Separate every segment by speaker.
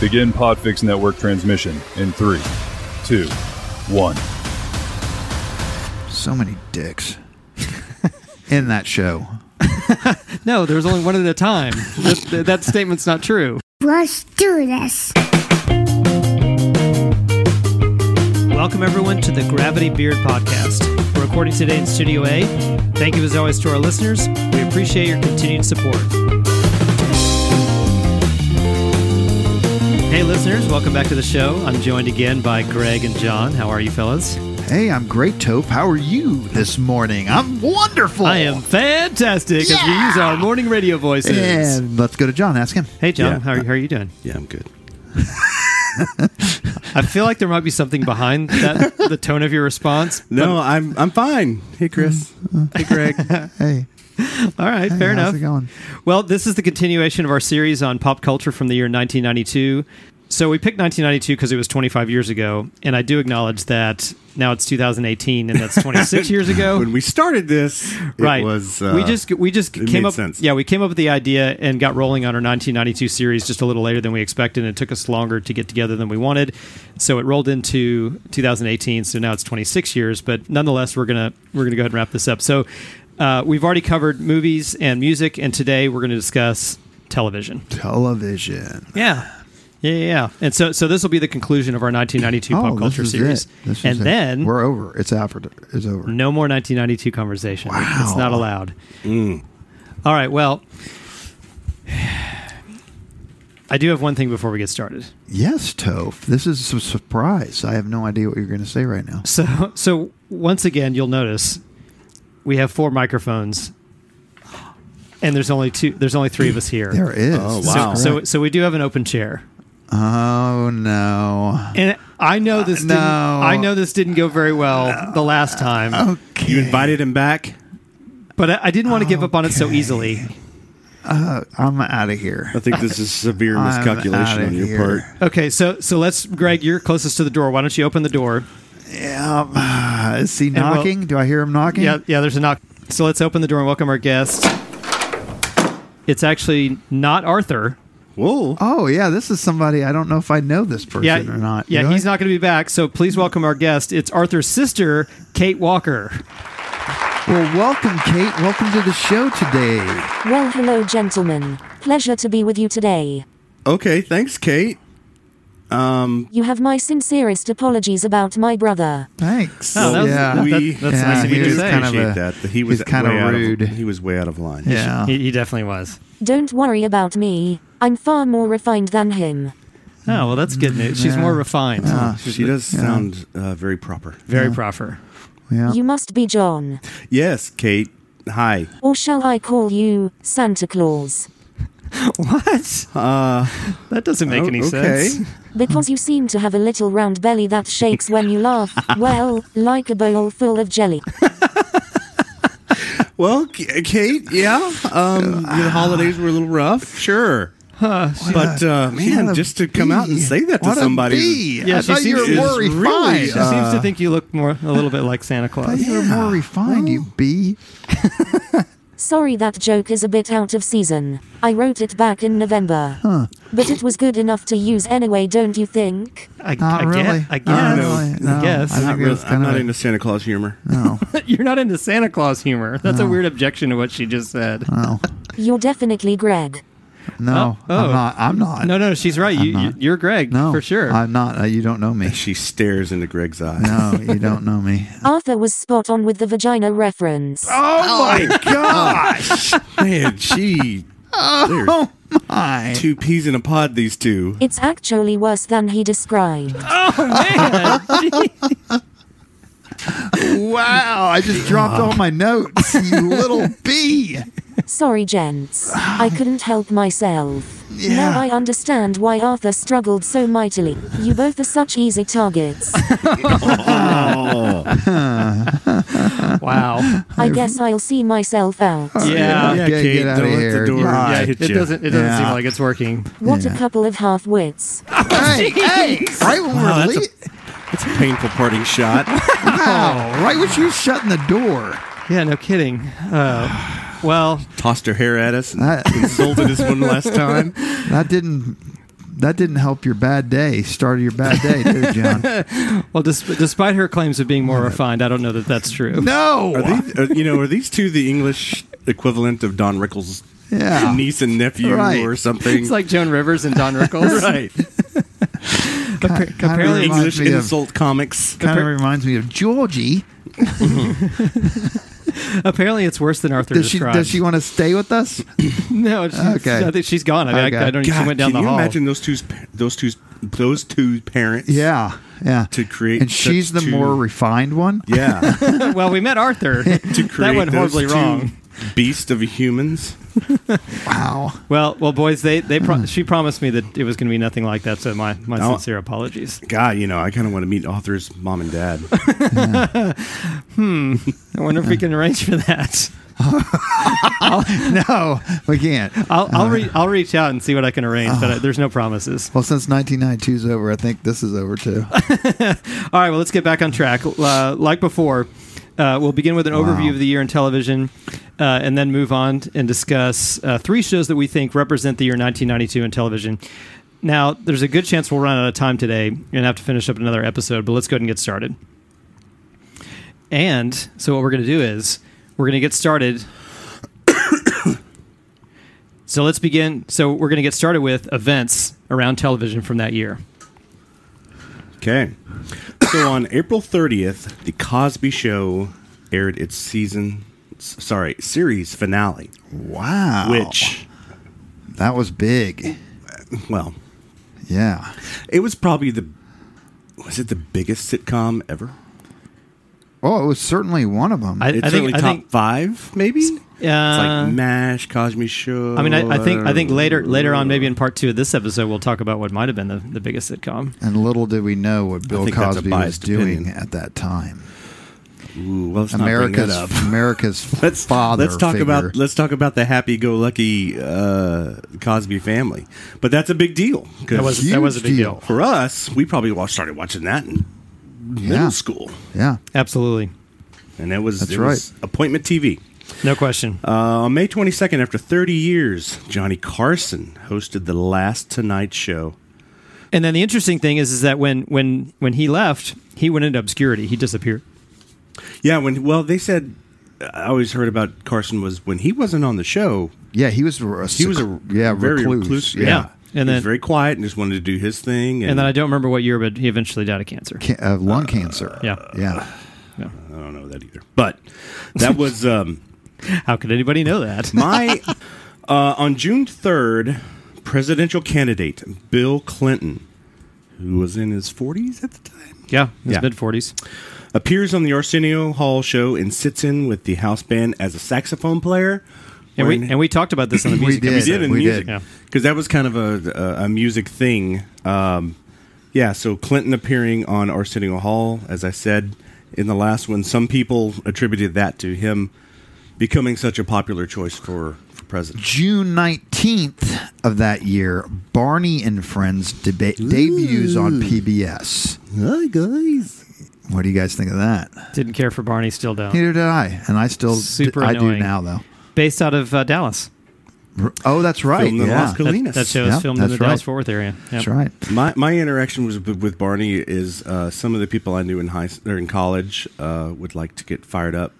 Speaker 1: Begin Podfix Network transmission in three, two, one.
Speaker 2: So many dicks in that show.
Speaker 3: No, there was only one at a time. that, that- that statement's not true.
Speaker 4: Let's do this.
Speaker 3: Welcome, everyone, to the Gravity Beard Podcast. We're recording today in Studio A. Thank you, as always, to our listeners. We appreciate your continued support. Hey, listeners, welcome back to the show. I'm joined again by Greg and John. How are you, fellas?
Speaker 2: Hey, I'm great, Tope. How are you this morning? I'm wonderful.
Speaker 3: I am fantastic as we use our morning radio voices.
Speaker 2: And let's go to John. Ask him.
Speaker 3: Hey, John,
Speaker 5: Yeah.
Speaker 3: how, are, how are you doing?
Speaker 5: Yeah, I'm good.
Speaker 3: I feel like there might be something behind that, the tone of your response.
Speaker 5: No, I'm I'm fine. Hey, Chris.
Speaker 3: Mm-hmm.
Speaker 5: hey, Greg.
Speaker 2: Hey.
Speaker 3: All right,
Speaker 2: hey,
Speaker 3: fair
Speaker 2: how's
Speaker 3: enough.
Speaker 2: it going?
Speaker 3: Well, this is the continuation of our series on pop culture from the year 1992. So we picked 1992 because it was 25 years ago, and I do acknowledge that now it's 2018 and that's 26 years ago.
Speaker 5: When we started this,
Speaker 3: Right.
Speaker 5: it was uh,
Speaker 3: we just we just
Speaker 5: it
Speaker 3: came
Speaker 5: made
Speaker 3: up
Speaker 5: sense.
Speaker 3: yeah, we came up with the idea and got rolling on our 1992 series just a little later than we expected and it took us longer to get together than we wanted. So it rolled into 2018, so now it's 26 years, but nonetheless we're going to we're going to go ahead and wrap this up. So uh, we've already covered movies and music and today we're going to discuss television.
Speaker 2: Television.
Speaker 3: Yeah. Yeah, yeah, yeah. And so so this will be the conclusion of our 1992
Speaker 2: oh,
Speaker 3: pop
Speaker 2: this
Speaker 3: culture
Speaker 2: is
Speaker 3: series.
Speaker 2: It. This is
Speaker 3: and
Speaker 2: it.
Speaker 3: then Mm.
Speaker 2: we're over. It's after. It's over.
Speaker 3: no more 1992 conversation.
Speaker 2: Wow. Mm.
Speaker 3: It's not allowed. All right, well I do have one thing before we get started.
Speaker 2: Yes, Tope. This is a surprise. I have no idea what you're going to say right now.
Speaker 3: So so once again you'll notice we have four microphones and there's only two there's only three of us here.
Speaker 2: There it is.
Speaker 5: Oh,
Speaker 2: That's
Speaker 5: wow.
Speaker 3: So
Speaker 2: correct.
Speaker 3: so we do have an open chair.
Speaker 2: oh no.
Speaker 3: And I know this
Speaker 2: Uh,
Speaker 3: didn't,
Speaker 2: no. Oh.
Speaker 3: I know this didn't go very well the last time.
Speaker 2: Okay.
Speaker 5: you invited him back.
Speaker 3: But I, I didn't want to give up on it so
Speaker 2: Okay.
Speaker 3: easily.
Speaker 2: I'm out of here.
Speaker 5: I think this is severe
Speaker 2: I'm
Speaker 5: miscalculation
Speaker 2: outta
Speaker 5: on your
Speaker 2: here.
Speaker 5: part.
Speaker 3: Okay, so so let's, Greg, you're closest to the door. Why don't you open the door?
Speaker 2: Yeah. uh, is he
Speaker 3: well-
Speaker 2: knocking? Do I hear him knocking?
Speaker 3: Yeah, yeah. There's a knock. So let's open the door and welcome our guest. It's actually not Arthur.
Speaker 5: Whoa!
Speaker 2: Oh yeah, this is somebody I don't know if I know this person
Speaker 3: Yeah,
Speaker 2: or not.
Speaker 3: yeah.
Speaker 2: Do I?
Speaker 3: He's not going to be back. So please welcome our guest. It's Arthur's sister, Kate Walker.
Speaker 2: Well, welcome, Kate. Welcome to the show today.
Speaker 6: Well, hello, gentlemen. Pleasure to be with you today.
Speaker 5: Okay, thanks, Kate. Um,
Speaker 6: You have my sincerest apologies about my brother.
Speaker 2: Thanks.
Speaker 3: Oh, that was-
Speaker 2: yeah.
Speaker 3: that-
Speaker 5: we
Speaker 3: that's
Speaker 2: Yeah,
Speaker 3: nice of
Speaker 2: he
Speaker 3: you to
Speaker 2: was
Speaker 3: say.
Speaker 2: kind of a-
Speaker 5: appreciate that. He was
Speaker 2: he's kinda
Speaker 5: way out of-
Speaker 2: rude.
Speaker 5: he was way out of line.
Speaker 2: yeah.
Speaker 3: He, he definitely was.
Speaker 6: Don't worry about me. I'm far more refined than him.
Speaker 3: Oh well, that's good news. She's
Speaker 2: Yeah. Ah.
Speaker 3: more refined.
Speaker 5: She does sound uh, very proper.
Speaker 3: Very proper.
Speaker 2: yeah.
Speaker 6: You must be John.
Speaker 5: Yes, Kate. Hi.
Speaker 6: Or shall I call you Santa Claus?
Speaker 3: What?
Speaker 5: Uh,
Speaker 3: That doesn't make
Speaker 5: oh,
Speaker 3: any
Speaker 5: okay.
Speaker 3: sense.
Speaker 6: Because you seem to have a little round belly that shakes when you laugh. Well, like a bowl full of jelly.
Speaker 5: Well, K- Kate, yeah. Um, the holidays were a little rough, sure. but uh, man,
Speaker 2: a
Speaker 5: just to come out and
Speaker 2: bee.
Speaker 5: say that to
Speaker 2: What a
Speaker 5: somebody,
Speaker 2: bee. I
Speaker 3: Yeah, she
Speaker 2: thought you
Speaker 3: seems
Speaker 2: were
Speaker 3: is uh,
Speaker 2: more
Speaker 5: really-
Speaker 2: refined. Uh,
Speaker 3: She seems to think you look more a little bit like Santa Claus.
Speaker 2: I thought you were more refined, you bee.
Speaker 6: Sorry that joke is a bit out of season. I wrote it back in November. But it was good enough to use anyway, don't you think?
Speaker 3: I,
Speaker 2: Not
Speaker 3: I
Speaker 2: really. Uh,
Speaker 3: guess. I
Speaker 2: Not
Speaker 3: guess.
Speaker 2: really. No.
Speaker 3: I guess.
Speaker 2: I
Speaker 5: I'm not,
Speaker 2: think it
Speaker 5: really,
Speaker 2: was
Speaker 5: I'm
Speaker 2: kind of
Speaker 5: not
Speaker 2: a-
Speaker 5: into Santa Claus humor.
Speaker 2: No.
Speaker 3: You're not into Santa Claus humor. That's a weird objection to what she just said.
Speaker 2: No.
Speaker 6: You're definitely Greg.
Speaker 2: No.
Speaker 3: Oh, oh.
Speaker 2: I'm not. I'm not.
Speaker 3: No, no, she's right. You, you,
Speaker 2: not.
Speaker 3: you're Greg
Speaker 2: No,
Speaker 3: for sure.
Speaker 2: I'm not. Uh, you don't know me.
Speaker 5: She stares into Greg's eyes.
Speaker 2: No, you don't know me.
Speaker 6: Arthur was spot on with the vagina reference.
Speaker 5: Oh my gosh, man, she. Oh my! Two peas in a pod. These two.
Speaker 6: It's actually worse than he described.
Speaker 2: Wow! I just dropped all my notes. You little bee.
Speaker 6: Sorry, gents. I couldn't help myself.
Speaker 2: Yeah.
Speaker 6: Now I understand why Arthur struggled so mightily. You both are such easy targets.
Speaker 3: wow.
Speaker 6: I guess I'll see myself out.
Speaker 3: Yeah.
Speaker 2: Yeah,
Speaker 3: yeah.
Speaker 2: get- get outta
Speaker 5: don't let
Speaker 2: here.
Speaker 5: the door
Speaker 2: Yeah,
Speaker 5: hit
Speaker 3: It
Speaker 5: you.
Speaker 3: doesn't. It doesn't
Speaker 2: Yeah.
Speaker 3: seem like it's working.
Speaker 6: What a couple of half wits.
Speaker 2: hey, hey, right when we're
Speaker 5: Wow, that's
Speaker 2: lea-
Speaker 5: It's a painful parting shot.
Speaker 2: wow, right when she was shutting the door.
Speaker 3: Yeah. No kidding. Uh, well,
Speaker 5: Tossed her hair at us. And
Speaker 2: That
Speaker 5: insulted us one last time.
Speaker 2: that didn't that didn't help your bad day. Start of your bad day, did it, John?
Speaker 3: Well, dis- despite her claims of being more refined, I don't know that that's true.
Speaker 2: No.
Speaker 5: Are these, are, you know, are these two the English equivalent of Don Rickles'
Speaker 2: Yeah.
Speaker 5: niece and nephew
Speaker 2: Right.
Speaker 5: or something?
Speaker 3: It's like Joan Rivers and Don Rickles.
Speaker 5: right.
Speaker 3: Appa- apparently,
Speaker 2: reminds
Speaker 5: English
Speaker 2: me of-
Speaker 5: insult comics.
Speaker 2: Kind of reminds me of Georgie.
Speaker 3: apparently, it's worse than Arthur
Speaker 2: Does she?
Speaker 3: described.
Speaker 2: Does she want to stay with us?
Speaker 3: no, she's,
Speaker 2: Okay.
Speaker 3: I think she's gone. I mean,
Speaker 2: Okay.
Speaker 3: I, I don't. she went down
Speaker 5: can
Speaker 3: the
Speaker 5: you
Speaker 3: hall.
Speaker 5: imagine those two, those two, those two parents?
Speaker 2: Yeah. Yeah.
Speaker 5: To create
Speaker 2: and she's the
Speaker 5: such two-
Speaker 2: more refined one.
Speaker 5: yeah.
Speaker 3: well, we met Arthur.
Speaker 5: to create
Speaker 3: that went
Speaker 5: those
Speaker 3: horribly
Speaker 5: two
Speaker 3: wrong.
Speaker 5: Beast of humans.
Speaker 2: Wow.
Speaker 3: Well, well, boys, they they pro- she promised me that it was going to be nothing like that. So my my
Speaker 5: Oh.
Speaker 3: sincere apologies.
Speaker 5: God, you know, I kind of want to meet Arthur's mom and dad.
Speaker 3: I wonder if we can arrange for that.
Speaker 2: No, we can't.
Speaker 3: I'll I'll, re- I'll reach out and see what I can arrange, but I, there's no promises.
Speaker 2: Well, since 1992's over, I think this is over too.
Speaker 3: All right, well, let's get back on track. Uh, like before, uh, we'll begin with an overview of the year in television uh, and then move on t- and discuss uh, three shows that we think represent the year 1992 in television. Now, there's a good chance we'll run out of time today and have to finish up another episode, but let's go ahead and get started. And so, what we're going to do is we're going to get started. so, let's begin. So, we're going to get started with events around television from that year.
Speaker 5: Okay. So on April 30th, The Cosby Show aired its season, s- sorry, series finale,
Speaker 2: Wow.
Speaker 5: which,
Speaker 2: that was big.
Speaker 5: well,
Speaker 2: Yeah.
Speaker 5: it was probably the, was it the biggest sitcom ever?
Speaker 2: Oh, it was certainly one of them.
Speaker 3: I-
Speaker 5: It's
Speaker 3: I think-
Speaker 5: certainly
Speaker 3: I
Speaker 5: top
Speaker 3: think-
Speaker 5: five, maybe? it's
Speaker 3: Uh,
Speaker 5: like MASH, Cosby Show.
Speaker 3: I mean, I, I think I think later later on, maybe in part two of this episode, we'll talk about what might have been the, the biggest sitcom.
Speaker 2: and little did we know what Bill
Speaker 5: think that's a
Speaker 2: Cosby was
Speaker 5: biased
Speaker 2: doing
Speaker 5: opinion.
Speaker 2: at that time.
Speaker 5: Ooh, well, let's not bring that
Speaker 2: America's
Speaker 5: up.
Speaker 2: America's
Speaker 5: let's
Speaker 2: father.
Speaker 5: let's talk
Speaker 2: figure.
Speaker 5: about let's talk about the happy-go-lucky uh, Cosby family. But that's a big deal 'cause
Speaker 3: That was that was a
Speaker 2: huge
Speaker 3: big
Speaker 2: deal.
Speaker 3: deal.
Speaker 5: for us. We probably wa- started watching that in
Speaker 2: Yeah.
Speaker 5: middle school,
Speaker 2: yeah.
Speaker 3: Absolutely,
Speaker 5: and it was
Speaker 2: That's
Speaker 5: it was appointment TV.
Speaker 3: no question.
Speaker 5: Uh, on May 22nd, after 30 years, Johnny Carson hosted the last Tonight Show.
Speaker 3: and then the interesting thing is, is that when when when he left, he went into obscurity. He disappeared.
Speaker 5: Yeah, when well they said I always heard about Carson was when he wasn't on the show,
Speaker 2: Yeah, he was a,
Speaker 5: he was a
Speaker 2: yeah,
Speaker 5: very
Speaker 2: recluse. Yeah.
Speaker 3: Yeah. And
Speaker 5: and then
Speaker 3: then-
Speaker 5: very quiet and just wanted to do his thing.
Speaker 3: And then I don't remember what year, but he eventually died of cancer.
Speaker 2: Ca- uh, lung cancer.
Speaker 3: Yeah.
Speaker 2: Yeah.
Speaker 5: I don't know that either. But that was um,
Speaker 3: How could anybody know that?
Speaker 5: my uh, on June third, presidential candidate Bill Clinton, who was in his forties at the time,
Speaker 3: Yeah, his
Speaker 5: Yeah.
Speaker 3: mid forties.
Speaker 5: appears on the Arsenio Hall show and sits in with the house band as a saxophone player.
Speaker 3: And we
Speaker 5: When-
Speaker 3: and we talked about this on the
Speaker 2: We
Speaker 3: music.
Speaker 2: did.
Speaker 5: we did in
Speaker 2: We
Speaker 5: music
Speaker 3: did.
Speaker 5: because that was kind of a, a, a music thing. Um, yeah, so Clinton appearing on Arsenio Hall, as I said in the last one, some people attributed that to him becoming such a popular choice for, for president.
Speaker 2: June 19th of that year, Barney and Friends deba- debuts on PBS.
Speaker 5: Hi guys,
Speaker 2: What do you guys think of that?
Speaker 3: Didn't care for Barney. Still don't.
Speaker 2: Neither did I, and I still
Speaker 3: Super
Speaker 2: I do
Speaker 3: annoying.
Speaker 2: now though.
Speaker 3: Based out of uh, Dallas.
Speaker 2: Oh, that's right.
Speaker 5: Filmed in
Speaker 2: yeah.
Speaker 5: Las
Speaker 3: That,
Speaker 5: Colinas.
Speaker 3: that show is
Speaker 2: Yeah,
Speaker 3: filmed in the
Speaker 2: that's
Speaker 3: Dallas
Speaker 2: right.
Speaker 3: Fort Worth area. Yeah.
Speaker 2: That's right.
Speaker 5: My my interaction was with, with Barney is uh, some of the people I knew in high s- or in college uh, would like to get fired up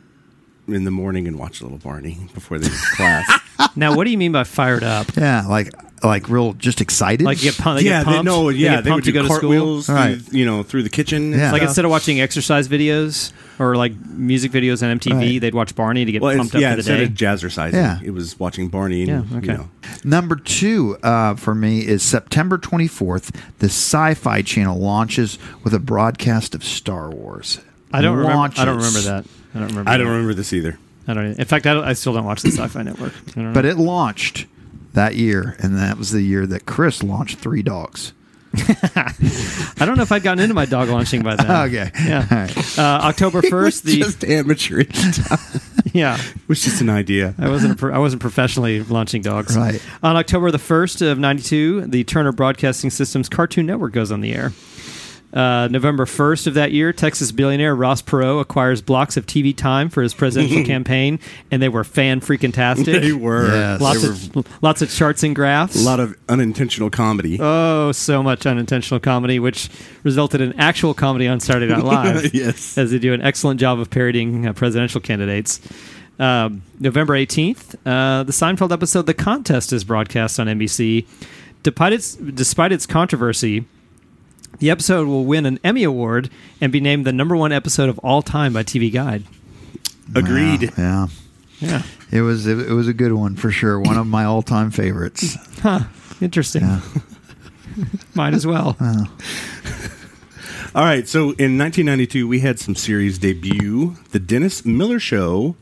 Speaker 5: in the morning and watch Little Barney before they go to class.
Speaker 3: Now, what do you mean by fired up?
Speaker 2: Yeah, like like real just excited.
Speaker 3: Like you get pumped? They
Speaker 5: yeah,
Speaker 3: get pumped,
Speaker 5: they, no,
Speaker 3: they
Speaker 5: yeah,
Speaker 3: get
Speaker 5: they, would
Speaker 3: pumped
Speaker 5: do
Speaker 3: to go to school.
Speaker 5: cartwheels, through,
Speaker 2: Right.
Speaker 5: you know, through the kitchen.
Speaker 2: Yeah.
Speaker 5: Yeah.
Speaker 3: Like
Speaker 2: stuff.
Speaker 3: instead of watching
Speaker 5: Uh-huh.
Speaker 3: exercise videos or like music videos on MTV,
Speaker 2: Right.
Speaker 3: they'd watch Barney to get
Speaker 5: well, it's,
Speaker 3: pumped up
Speaker 5: yeah,
Speaker 3: for the
Speaker 5: instead
Speaker 3: day.
Speaker 5: of jazzercising,
Speaker 2: Yeah.
Speaker 5: it was watching Barney. And,
Speaker 3: Yeah, okay.
Speaker 5: You know,
Speaker 2: Number two uh, for me is September 24th. The Sci Fi Channel launches with a broadcast of Star Wars.
Speaker 3: I don't remember. I don't
Speaker 2: Launches.
Speaker 3: remember that. I don't remember.
Speaker 5: I don't
Speaker 3: that.
Speaker 5: remember this either.
Speaker 3: I don't. e- In fact, I, don't, I still don't watch the Sci-Fi Network. I don't know.
Speaker 2: But it launched that year, and that was the year that Chris launched Three Dogs.
Speaker 3: I don't know if I'd gotten into my dog launching by then.
Speaker 5: Oh,
Speaker 2: Okay.
Speaker 3: Yeah.
Speaker 2: All right.
Speaker 3: Uh, October first. The
Speaker 5: just amateur. it
Speaker 3: yeah.
Speaker 5: was just an idea.
Speaker 3: I wasn't. a pro- I wasn't professionally launching dogs.
Speaker 2: Right.
Speaker 3: On October the first of '92, the Turner Broadcasting System's Cartoon Network goes on the air. Uh, November 1st of that year, Texas billionaire Ross Perot acquires blocks of TV time for his presidential campaign, and they were fan freaking tastic.
Speaker 5: They were.
Speaker 2: Yes.
Speaker 5: They
Speaker 3: Lots
Speaker 5: were
Speaker 3: of, lots of charts and graphs.
Speaker 5: a lot of unintentional comedy.
Speaker 3: Oh, so much unintentional comedy, which resulted in actual comedy on Saturday Night Live.
Speaker 5: Yes.
Speaker 3: As they do an excellent job of parodying uh, presidential candidates. Um, November 18th, uh, the Seinfeld episode The Contest is broadcast on NBC. Despite its, despite its controversy, the episode will win an Emmy Award and be named the number one episode of all time by TV Guide.
Speaker 5: Agreed.
Speaker 2: Yeah.
Speaker 3: Yeah.
Speaker 2: It was it, was a good one for sure. One of my all time favorites.
Speaker 3: Interesting. Might as well.
Speaker 5: All right. So in 1992, we had some series debut, The Dennis Miller Show,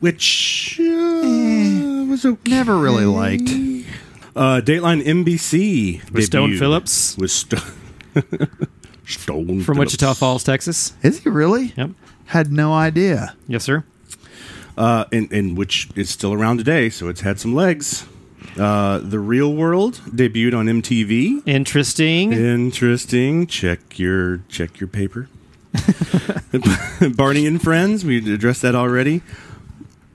Speaker 5: which uh, was okay.
Speaker 2: Never really liked.
Speaker 5: Uh, Dateline NBC
Speaker 3: With Stone
Speaker 5: debuted.
Speaker 3: Phillips?
Speaker 5: with Sto- Stone
Speaker 3: From
Speaker 5: Phillips.
Speaker 3: Wichita Falls, Texas.
Speaker 2: Is he really?
Speaker 3: Yep.
Speaker 2: Had no idea.
Speaker 3: Yes, sir.
Speaker 5: uh, and, and which is still around today, so it's had some legs. Uh, the Real World debuted on MTV.
Speaker 3: Interesting.
Speaker 5: Interesting. Check your check your paper. Barney and Friends. We addressed that already.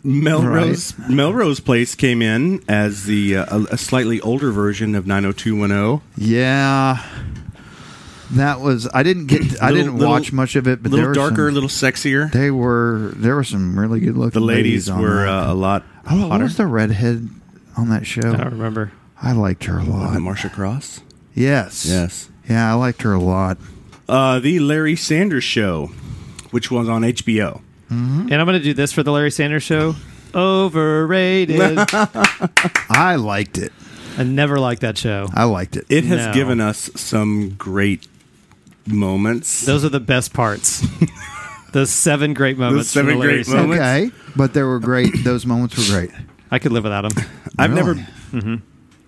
Speaker 5: Melrose Melrose Place came in as the uh, a- a slightly older version of 90210.
Speaker 2: Yeah. That was I didn't get I
Speaker 5: Little-
Speaker 2: didn't
Speaker 5: little-
Speaker 2: watch much of it,
Speaker 5: A
Speaker 2: but there
Speaker 5: little
Speaker 2: were
Speaker 5: darker, a
Speaker 2: some-
Speaker 5: little sexier.
Speaker 2: They were there were some really good looking.
Speaker 5: The ladies
Speaker 2: on
Speaker 5: were
Speaker 2: that.
Speaker 5: uh, a lot
Speaker 2: oh, what
Speaker 5: hotter.
Speaker 2: was the redhead on that show?
Speaker 3: I don't remember.
Speaker 2: I liked her a
Speaker 5: Uh,
Speaker 2: lot.
Speaker 5: Marsha Cross.
Speaker 2: Yes.
Speaker 5: Yes.
Speaker 2: Yeah, I liked her a lot.
Speaker 5: Uh, the Larry Sanders Show, which was on HBO.
Speaker 3: And I'm going to do this for the Larry Sanders Show. Overrated.
Speaker 2: I liked it.
Speaker 3: I never liked that show.
Speaker 2: I liked it.
Speaker 5: It has
Speaker 3: No.
Speaker 5: given us some great moments.
Speaker 3: Those are the best parts. Those seven great moments.
Speaker 5: seven
Speaker 3: from the Larry
Speaker 5: great
Speaker 3: Sanders-
Speaker 5: moments.
Speaker 2: okay, but they were great. Those moments were great.
Speaker 3: I could live without them.
Speaker 5: I've
Speaker 2: Really?
Speaker 5: never, Mm-hmm.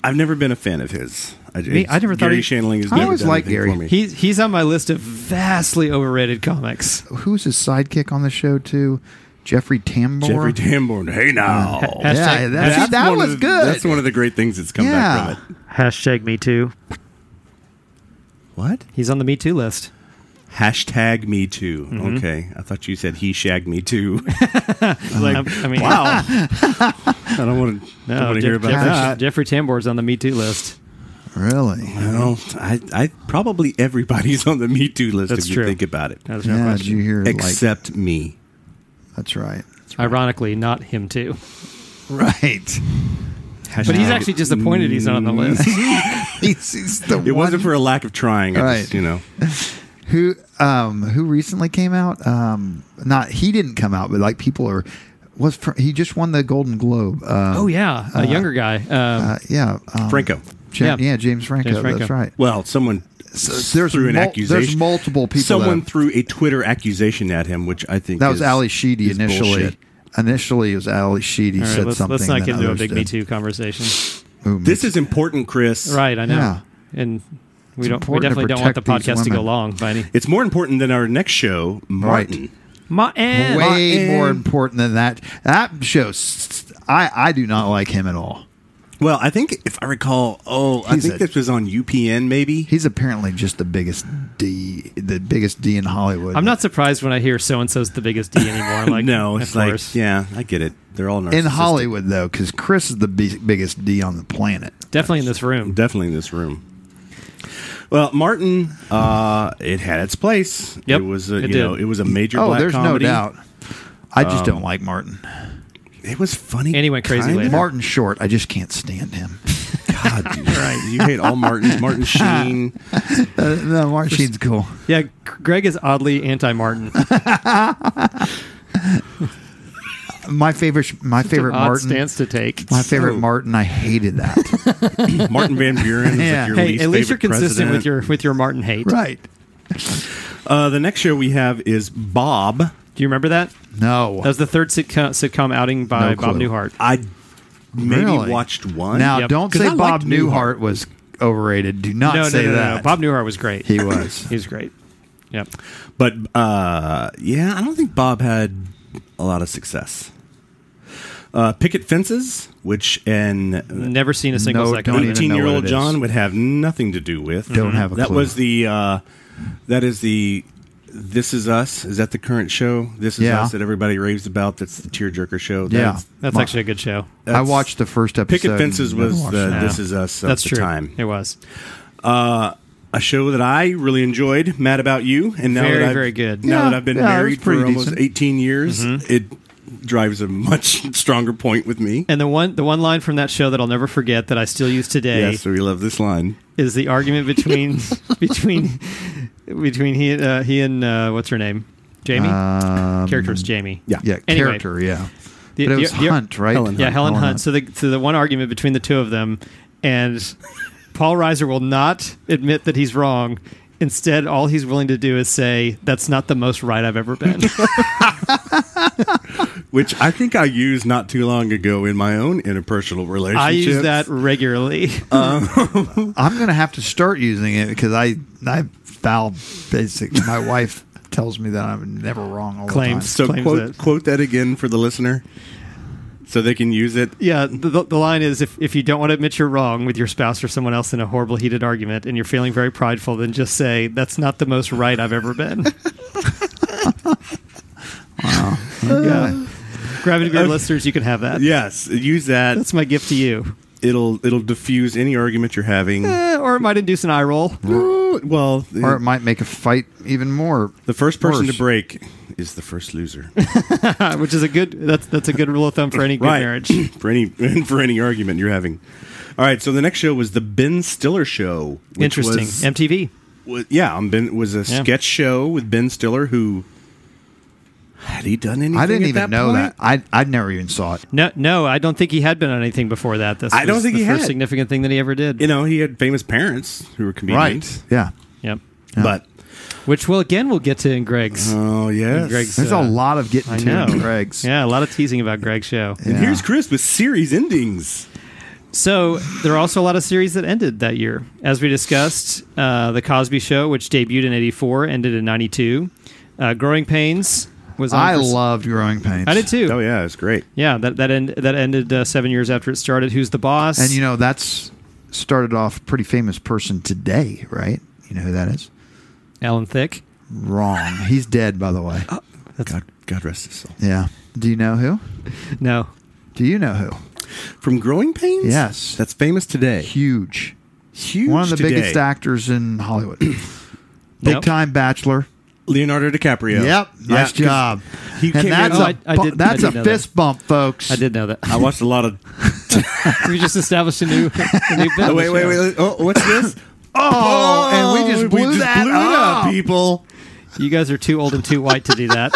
Speaker 5: I've never been a fan of his. I,
Speaker 3: Me- I never thought
Speaker 5: Gary
Speaker 3: he-
Speaker 5: Shandling has
Speaker 2: I
Speaker 5: never
Speaker 2: always
Speaker 5: done
Speaker 2: liked
Speaker 5: anything
Speaker 2: Gary.
Speaker 5: for me.
Speaker 3: He's he's on my list of vastly overrated comics.
Speaker 2: Who's his sidekick on the show too? Jeffrey Tambor.
Speaker 5: Jeffrey Tambor. Hey now,
Speaker 3: Hashtag-
Speaker 2: yeah, that, see, that
Speaker 5: one of
Speaker 2: was
Speaker 5: the-
Speaker 2: good.
Speaker 5: That's one of the great things that's come
Speaker 2: yeah,
Speaker 5: back from it.
Speaker 3: Hashtag me too.
Speaker 5: What?
Speaker 3: He's on the Me Too list.
Speaker 5: Hashtag me too.
Speaker 3: Mm-hmm.
Speaker 5: Okay, I thought you said he shagged me too.
Speaker 3: Like, I mean, wow.
Speaker 5: I don't want to.
Speaker 3: No,
Speaker 5: don't want to
Speaker 3: Jeff-
Speaker 5: hear about
Speaker 3: Jeffrey,
Speaker 5: that.
Speaker 3: Jeffrey Tambor's on the Me Too list.
Speaker 2: really.
Speaker 5: Well, I, I probably everybody's on the Me Too list
Speaker 3: That's
Speaker 5: if you
Speaker 3: true.
Speaker 5: think about it,
Speaker 3: There's no
Speaker 2: Yeah, did
Speaker 3: question.
Speaker 2: you hear? like,
Speaker 5: except me.
Speaker 2: that's right.
Speaker 3: Ironically, not him too.
Speaker 2: Right.
Speaker 3: But he's actually disappointed he's not on the list.
Speaker 2: he's, he's the
Speaker 5: It
Speaker 2: one
Speaker 5: wasn't for a lack of trying. I just,
Speaker 2: Right.
Speaker 5: you know,
Speaker 2: who um who recently came out um not he didn't come out but like people are was fr- he just won the golden globe uh,
Speaker 3: Oh yeah, a younger guy. Um,
Speaker 2: uh, yeah um,
Speaker 5: Franco.
Speaker 2: Ja-
Speaker 3: Yeah.
Speaker 2: yeah. james franco,
Speaker 3: James Franco.
Speaker 2: that's right
Speaker 5: Well, someone
Speaker 2: So there's
Speaker 5: threw an
Speaker 2: mul-
Speaker 5: accusation.
Speaker 2: there's multiple people
Speaker 5: Someone
Speaker 2: that-
Speaker 5: threw a Twitter accusation at him, which I think
Speaker 2: that was
Speaker 5: is-
Speaker 2: ali sheedy
Speaker 5: is
Speaker 2: initially
Speaker 5: bullshit.
Speaker 2: initially it was ali sheedy
Speaker 3: all right,
Speaker 2: said
Speaker 3: let's,
Speaker 2: something
Speaker 3: let's not
Speaker 2: that
Speaker 3: get into a
Speaker 2: others
Speaker 3: big Me
Speaker 2: did.
Speaker 3: Too conversation.
Speaker 2: Ooh, Me
Speaker 5: This is important, Chris.
Speaker 3: Right, I know.
Speaker 2: Yeah.
Speaker 3: And we
Speaker 2: It's
Speaker 3: don't we
Speaker 2: important to
Speaker 3: definitely don't want the
Speaker 2: protect these
Speaker 3: podcast to go
Speaker 2: women.
Speaker 3: long by any
Speaker 5: It's more important than our next show, Martin.
Speaker 3: Martin.
Speaker 2: way
Speaker 3: eh.
Speaker 5: Martin.
Speaker 2: more important than that that show s- s- i i do not like him at all
Speaker 5: Well, I think if I recall, oh, I
Speaker 2: He's
Speaker 5: think
Speaker 2: a-
Speaker 5: this was on UPN, maybe.
Speaker 2: he's apparently just the biggest d the biggest d in hollywood
Speaker 3: I'm not surprised when I hear so and so's the biggest D anymore. I'm Like
Speaker 5: no,
Speaker 3: of
Speaker 5: it's like,
Speaker 3: course.
Speaker 5: yeah, I get it. They're all narcissistic.
Speaker 2: in Hollywood though, because Chris is the b- biggest D on the planet.
Speaker 3: definitely in this room.
Speaker 5: definitely in this room. Well, Martin, uh, it had its place.
Speaker 3: Yep,
Speaker 5: it was a,
Speaker 3: it
Speaker 5: you
Speaker 3: did.
Speaker 5: know it was a major.
Speaker 2: oh,
Speaker 5: black
Speaker 2: there's
Speaker 5: comedy.
Speaker 2: no doubt. I just don't like Martin.
Speaker 5: It was funny.
Speaker 3: And he went crazy
Speaker 5: kinda.
Speaker 3: later.
Speaker 2: Martin Short, I just can't stand him.
Speaker 5: God, dude, right? You hate all Martins. Martin Sheen.
Speaker 2: Uh, no, Martin Sheen's cool.
Speaker 3: Yeah, G- Greg is oddly anti-Martin.
Speaker 2: My favorite, my favorite
Speaker 3: Odd
Speaker 2: Martin.
Speaker 3: stance to take.
Speaker 2: my favorite
Speaker 5: So-
Speaker 2: Martin. I hated that.
Speaker 5: Martin Van Buren. Is
Speaker 2: Yeah.
Speaker 5: like your
Speaker 3: Hey,
Speaker 5: least
Speaker 3: at least you're
Speaker 5: favorite
Speaker 3: consistent
Speaker 5: president.
Speaker 3: with your with your Martin hate.
Speaker 2: right?
Speaker 5: Uh, the next show we have is Bob.
Speaker 3: Do you remember that?
Speaker 2: No.
Speaker 3: That was the third sitcom, sitcom outing by
Speaker 2: No
Speaker 3: Bob
Speaker 2: clue.
Speaker 3: Newhart.
Speaker 5: I maybe
Speaker 2: Really?
Speaker 5: watched one.
Speaker 2: now,
Speaker 3: Yep.
Speaker 2: don't
Speaker 5: 'Cause
Speaker 2: say
Speaker 5: I
Speaker 2: Bob
Speaker 5: liked
Speaker 2: Newhart was overrated. Do not
Speaker 3: no, no,
Speaker 2: say
Speaker 3: no, no,
Speaker 2: that.
Speaker 3: no. Bob Newhart was great.
Speaker 2: he was.
Speaker 3: He's great. Yep.
Speaker 5: but uh, yeah, I don't think Bob had a lot of success. Uh, Picket Fences, which an
Speaker 3: Never seen a single
Speaker 2: No,
Speaker 3: second.
Speaker 2: don't
Speaker 3: of it.
Speaker 2: even know
Speaker 5: 18 year
Speaker 2: what
Speaker 5: old
Speaker 2: it is.
Speaker 5: John would have nothing to do with. Mm-hmm.
Speaker 2: Don't have a
Speaker 5: That
Speaker 2: clue.
Speaker 5: was the. Uh, that is the. This is us. Is that the current show? This is
Speaker 2: Yeah.
Speaker 5: us that everybody raves about. That's the tearjerker show.
Speaker 2: Yeah.
Speaker 5: That's,
Speaker 3: That's
Speaker 2: My-
Speaker 3: actually a good show.
Speaker 2: I
Speaker 5: that's-
Speaker 2: watched the first episode.
Speaker 5: Picket Fences
Speaker 2: and never
Speaker 5: was
Speaker 2: watched
Speaker 5: the
Speaker 2: that.
Speaker 5: This Is Us of
Speaker 3: That's
Speaker 5: the
Speaker 3: true.
Speaker 5: time.
Speaker 3: It was
Speaker 5: a show that I really enjoyed, Mad About You, and now
Speaker 3: Very,
Speaker 5: that I've,
Speaker 3: very good.
Speaker 5: Now
Speaker 2: Yeah,
Speaker 5: that I've been
Speaker 2: yeah, it was
Speaker 5: married for
Speaker 2: pretty
Speaker 5: almost
Speaker 2: decent. Mm-hmm.
Speaker 5: 18 years, it drives a much stronger point with me.
Speaker 3: And the one the one line from that show that I'll never forget that I still use today
Speaker 5: Yes, we love this line.
Speaker 3: is the argument between between between he uh, he and uh, what's her name Jamie
Speaker 2: Um,
Speaker 3: character is Jamie
Speaker 5: Yeah.
Speaker 2: Yeah,
Speaker 3: Anyway.
Speaker 2: character. Yeah,
Speaker 3: The-
Speaker 2: but it
Speaker 3: the-
Speaker 2: was
Speaker 3: the-
Speaker 2: Hunt, right?
Speaker 5: Helen
Speaker 3: yeah Helen Hunt
Speaker 2: Hunt.
Speaker 3: so the so the one argument between the two of them and Paul Reiser will not admit that he's wrong. Instead, all he's willing to do is say, "That's not the most right I've ever been."
Speaker 5: Which I think I used not too long ago in my own interpersonal relationship.
Speaker 3: I use that regularly.
Speaker 2: I'm gonna have to start using it because I I foul basic. My wife tells me that I'm never wrong all
Speaker 3: Claims.
Speaker 2: the time.
Speaker 5: So
Speaker 3: Claims
Speaker 5: quote
Speaker 3: it.
Speaker 5: quote that again for the listener, so they can use it.
Speaker 3: Yeah, the, the the line is if, if you don't want to admit you're wrong with your spouse or someone else in a horrible heated argument and you're feeling very prideful, then just say, that's not the most right I've ever been. yeah. Gravity Beer listeners, you can have that.
Speaker 5: Yes, use that.
Speaker 3: That's my gift to you.
Speaker 5: it'll it'll diffuse any argument you're having.
Speaker 3: Eh, or it might induce an eye roll.
Speaker 5: well,
Speaker 2: Or it might make a fight even more.
Speaker 5: the first person
Speaker 2: worse.
Speaker 5: to break is the first loser.
Speaker 3: Ah, Which is a good that's that's a good rule of thumb for any good
Speaker 5: Right.
Speaker 3: marriage.
Speaker 5: for any for any argument you're having. All right, so the next show was the Ben Stiller show. Which
Speaker 3: Interesting.
Speaker 5: Was,
Speaker 3: MTV.
Speaker 5: was- yeah, um, Ben was a
Speaker 3: Yeah.
Speaker 5: sketch show with Ben Stiller who had he done anything?
Speaker 2: I didn't
Speaker 5: at
Speaker 2: even
Speaker 5: that
Speaker 2: know
Speaker 5: point?
Speaker 2: that. I I never even saw it.
Speaker 3: No no, I don't think he had been on anything before that. This
Speaker 5: I don't
Speaker 3: was
Speaker 5: think
Speaker 3: the
Speaker 5: he
Speaker 3: first
Speaker 5: had.
Speaker 3: significant thing that he ever did.
Speaker 5: You know, he had famous parents who were comedians,
Speaker 2: Yeah.
Speaker 3: yep.
Speaker 5: But
Speaker 3: Which we'll again we'll get to in Greg's.
Speaker 5: oh yes,
Speaker 3: Greg's-
Speaker 2: There's
Speaker 3: Uh,
Speaker 2: a lot of getting
Speaker 3: I
Speaker 2: to
Speaker 3: know.
Speaker 2: in Greg's.
Speaker 3: Yeah, a lot of teasing about Greg's show.
Speaker 5: and here's Chris with series endings.
Speaker 3: So there are also a lot of series that ended that year. As we discussed, uh, The Cosby Show, which debuted in 84, ended in 92. Uh, Growing Pains was on
Speaker 2: I
Speaker 3: for s-
Speaker 2: loved growing pains.
Speaker 3: I did too.
Speaker 5: Oh yeah, it's great.
Speaker 3: Yeah, that that, end, that ended uh, seven years after it started. Who's the Boss?
Speaker 2: And you know that's started off a pretty famous person today, right? You know who that is?
Speaker 3: Alan Thicke.
Speaker 2: Wrong. He's dead, by the way.
Speaker 5: God, God rest his soul.
Speaker 2: Yeah. Do you know who?
Speaker 3: No.
Speaker 2: Do you know who?
Speaker 5: From Growing Pains,
Speaker 2: Yes.
Speaker 5: that's famous today.
Speaker 2: Huge.
Speaker 5: Huge,
Speaker 2: One of the
Speaker 5: today.
Speaker 2: biggest actors in Hollywood. Big
Speaker 3: Nope.
Speaker 2: time bachelor.
Speaker 5: Leonardo DiCaprio.
Speaker 2: Yep.
Speaker 5: Yeah,
Speaker 2: Nice
Speaker 5: 'cause
Speaker 2: job.
Speaker 5: He came
Speaker 2: and that's
Speaker 5: in,
Speaker 3: Oh,
Speaker 2: a
Speaker 3: I- I
Speaker 2: bu-
Speaker 3: did- I
Speaker 2: that's
Speaker 3: did
Speaker 2: a
Speaker 3: know that.
Speaker 2: fist bump, folks.
Speaker 3: I did know that.
Speaker 5: I watched a lot of
Speaker 3: we just established a new, a new bit.
Speaker 5: Oh, wait, wait, wait. Oh, what's this?
Speaker 2: Oh, and we just blew that
Speaker 5: blew it up,
Speaker 2: up.
Speaker 5: people.
Speaker 3: You guys are too old and too white to do that.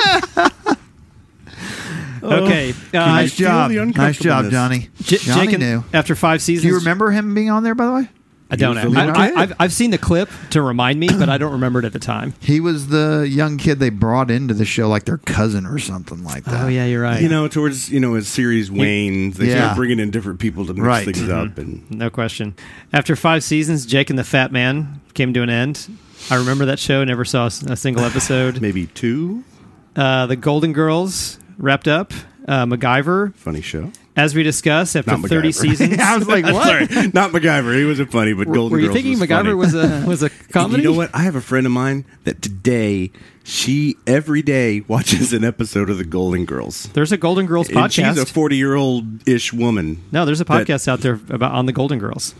Speaker 3: okay. Uh,
Speaker 5: I
Speaker 2: Nice
Speaker 5: feel
Speaker 2: job.
Speaker 5: the
Speaker 2: Nice job,
Speaker 5: uncomfortableness.
Speaker 2: Johnny.
Speaker 3: J-
Speaker 2: Johnny
Speaker 3: Jake, and-
Speaker 2: knew.
Speaker 3: after five seasons,
Speaker 2: Do you remember him being on there, by the way?
Speaker 3: I don't.
Speaker 5: He
Speaker 3: know.
Speaker 5: was the
Speaker 3: I,
Speaker 5: lead
Speaker 3: I,
Speaker 5: kid.
Speaker 3: I've, I've seen the clip to remind me, but I don't remember it at the time.
Speaker 2: He was the young kid they brought into the show like their cousin or something like that.
Speaker 3: Oh yeah, you're right.
Speaker 5: You know, towards you know, as series wanes, they
Speaker 2: Yeah.
Speaker 5: start bringing in different people to mix
Speaker 2: Right.
Speaker 5: things up, and
Speaker 3: no question. After five seasons, Jake and the Fat Man came to an end. I remember that show. Never saw s- a single episode.
Speaker 5: maybe two.
Speaker 3: Uh, the Golden Girls wrapped up. Uh, MacGyver,
Speaker 5: Funny show.
Speaker 3: as we discussed, after
Speaker 5: Not
Speaker 3: 30
Speaker 5: MacGyver.
Speaker 3: seasons.
Speaker 2: I was like,
Speaker 5: I'm
Speaker 2: what?
Speaker 5: Sorry, not MacGyver. He wasn't funny, but Golden
Speaker 3: were you
Speaker 5: Girls
Speaker 3: thinking
Speaker 5: was
Speaker 3: MacGyver
Speaker 5: funny.
Speaker 3: was a was a comedy?
Speaker 5: You know what? I have a friend of mine that today she every day watches an episode of the Golden Girls.
Speaker 3: There's a Golden Girls
Speaker 5: And she's
Speaker 3: podcast.
Speaker 5: a forty-year-old-ish woman.
Speaker 3: no, there's a
Speaker 5: that-
Speaker 3: podcast out there about on the Golden Girls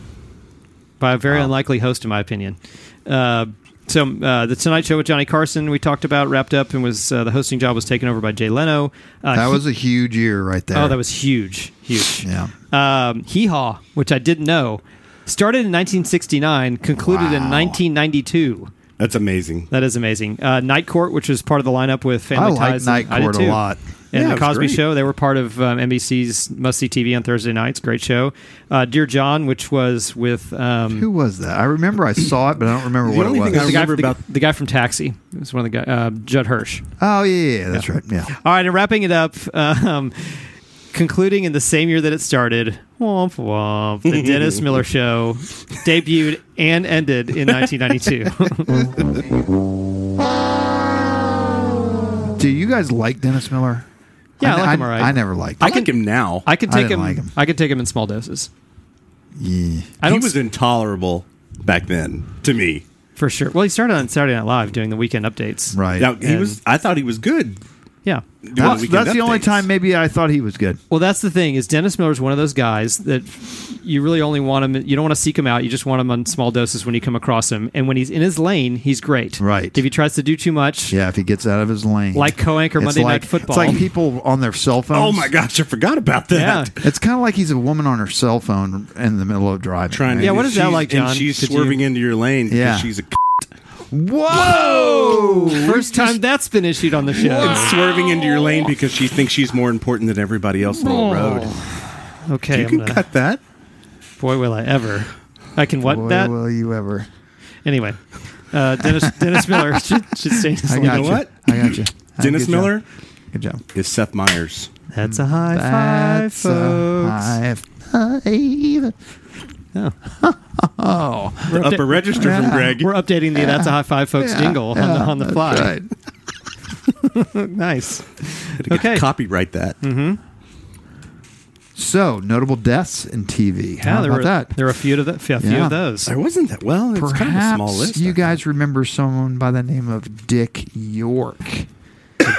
Speaker 3: by a very unlikely host, in my opinion. Uh, so uh, the Tonight Show with Johnny Carson we talked about wrapped up and was uh, the hosting job was taken over by Jay Leno. Uh,
Speaker 2: That
Speaker 3: he-
Speaker 2: was a huge year right there.
Speaker 3: oh, that was huge, huge.
Speaker 2: Yeah.
Speaker 3: Um, Hee Haw, which I didn't know, started in 1969, concluded in
Speaker 2: Wow.
Speaker 3: 1992.
Speaker 5: That's amazing.
Speaker 3: That is amazing. Uh, Night Court, which was part of the lineup with
Speaker 2: I
Speaker 3: Family
Speaker 2: like
Speaker 3: Ties.
Speaker 2: Night
Speaker 3: and- I did
Speaker 2: Court a
Speaker 3: too.
Speaker 2: lot.
Speaker 3: And
Speaker 5: Yeah, it
Speaker 3: the
Speaker 5: was
Speaker 3: Cosby
Speaker 5: great.
Speaker 3: Show, they were part of um, NBC's Must See TV on Thursday nights. Great show. Uh, Dear John, which was with um,
Speaker 2: Who was that? I remember I saw it, but I don't remember
Speaker 5: The
Speaker 2: what
Speaker 5: only
Speaker 2: it was.
Speaker 5: thing I
Speaker 3: the guy,
Speaker 5: remember
Speaker 3: the,
Speaker 5: about-
Speaker 3: the guy from Taxi. It was one of the guys, uh, Judd Hirsch.
Speaker 2: oh yeah, yeah, yeah, that's right. Yeah.
Speaker 3: All right, and wrapping it up, um, concluding in the same year that it started, womp womp, the Dennis Miller Show debuted and ended in 1992.
Speaker 2: Do you guys like Dennis Miller?
Speaker 3: Yeah, I
Speaker 2: n-
Speaker 3: like him all right.
Speaker 2: I never liked.
Speaker 5: I,
Speaker 2: Him.
Speaker 5: like him now.
Speaker 3: I could
Speaker 2: I
Speaker 3: take
Speaker 2: didn't
Speaker 3: him,
Speaker 2: like him.
Speaker 3: I could take him in small doses.
Speaker 2: Yeah.
Speaker 3: I
Speaker 5: he
Speaker 3: don't
Speaker 5: was
Speaker 3: s-
Speaker 5: intolerable back then to me.
Speaker 3: for sure. Well, he started on Saturday Night Live doing the weekend updates.
Speaker 2: Right.
Speaker 5: Now, he
Speaker 3: And-
Speaker 5: was. I thought he was good.
Speaker 3: Yeah.
Speaker 5: doing
Speaker 2: that's
Speaker 5: weekend
Speaker 2: that's the only
Speaker 5: updates.
Speaker 2: time maybe I thought he was good.
Speaker 3: Well, that's the thing is Dennis Miller's one of those guys that you really only want him. You don't want to seek him out. You just want him on small doses when you come across him. And when he's in his lane, he's great.
Speaker 2: Right.
Speaker 3: If he tries to do too much,
Speaker 2: Yeah, if he gets out of his lane,
Speaker 3: Like co-anchor
Speaker 2: It's
Speaker 3: Monday Night
Speaker 2: like-
Speaker 3: Football.
Speaker 2: It's like people on their cell phones.
Speaker 5: Oh my gosh, I forgot about that.
Speaker 3: Yeah.
Speaker 2: It's kind of like he's a woman on her cell phone in the middle of driving.
Speaker 5: Trying.
Speaker 2: right?
Speaker 5: To,
Speaker 3: Yeah, what is that
Speaker 5: she's-
Speaker 3: like, John?
Speaker 5: And she's
Speaker 3: Could
Speaker 5: swerving
Speaker 3: you-
Speaker 5: into your lane. because
Speaker 2: Yeah.
Speaker 5: She's a c-
Speaker 2: Whoa!
Speaker 3: first time that's been issued on the show.
Speaker 5: and swerving into your lane because she thinks she's more important than everybody else on the road.
Speaker 3: Okay,
Speaker 5: You
Speaker 3: I'm
Speaker 5: can
Speaker 3: gonna-
Speaker 5: cut that.
Speaker 3: boy, will I ever. I can what
Speaker 2: Boy,
Speaker 3: that
Speaker 2: will you ever?
Speaker 3: anyway. Uh, Dennis Dennis Miller should, should stay in his
Speaker 2: I
Speaker 3: lane.
Speaker 2: got
Speaker 5: know
Speaker 2: you.
Speaker 5: what?
Speaker 2: I got you. Ah,
Speaker 5: Dennis
Speaker 2: good job.
Speaker 5: Miller
Speaker 2: Good job.
Speaker 5: is Seth Meyers.
Speaker 3: That's a high five,
Speaker 2: That's uh, a
Speaker 3: folks.
Speaker 2: high five.
Speaker 3: Yeah.
Speaker 5: The upper register from Greg.
Speaker 3: We're updating the "That's a High Five, Folks" jingle on the, on the fly.
Speaker 2: That's right.
Speaker 3: Nice.
Speaker 5: Gotta get-
Speaker 3: okay.
Speaker 5: Copyright that.
Speaker 2: So notable deaths in TV. How
Speaker 3: Yeah, there
Speaker 2: about
Speaker 3: were
Speaker 2: that?
Speaker 3: there were a few of the, a few
Speaker 2: Yeah.
Speaker 3: of those.
Speaker 5: There wasn't that. Well, it's
Speaker 2: Perhaps
Speaker 5: kind of a small list.
Speaker 2: you
Speaker 5: I
Speaker 2: guys remember someone by the name of Dick York.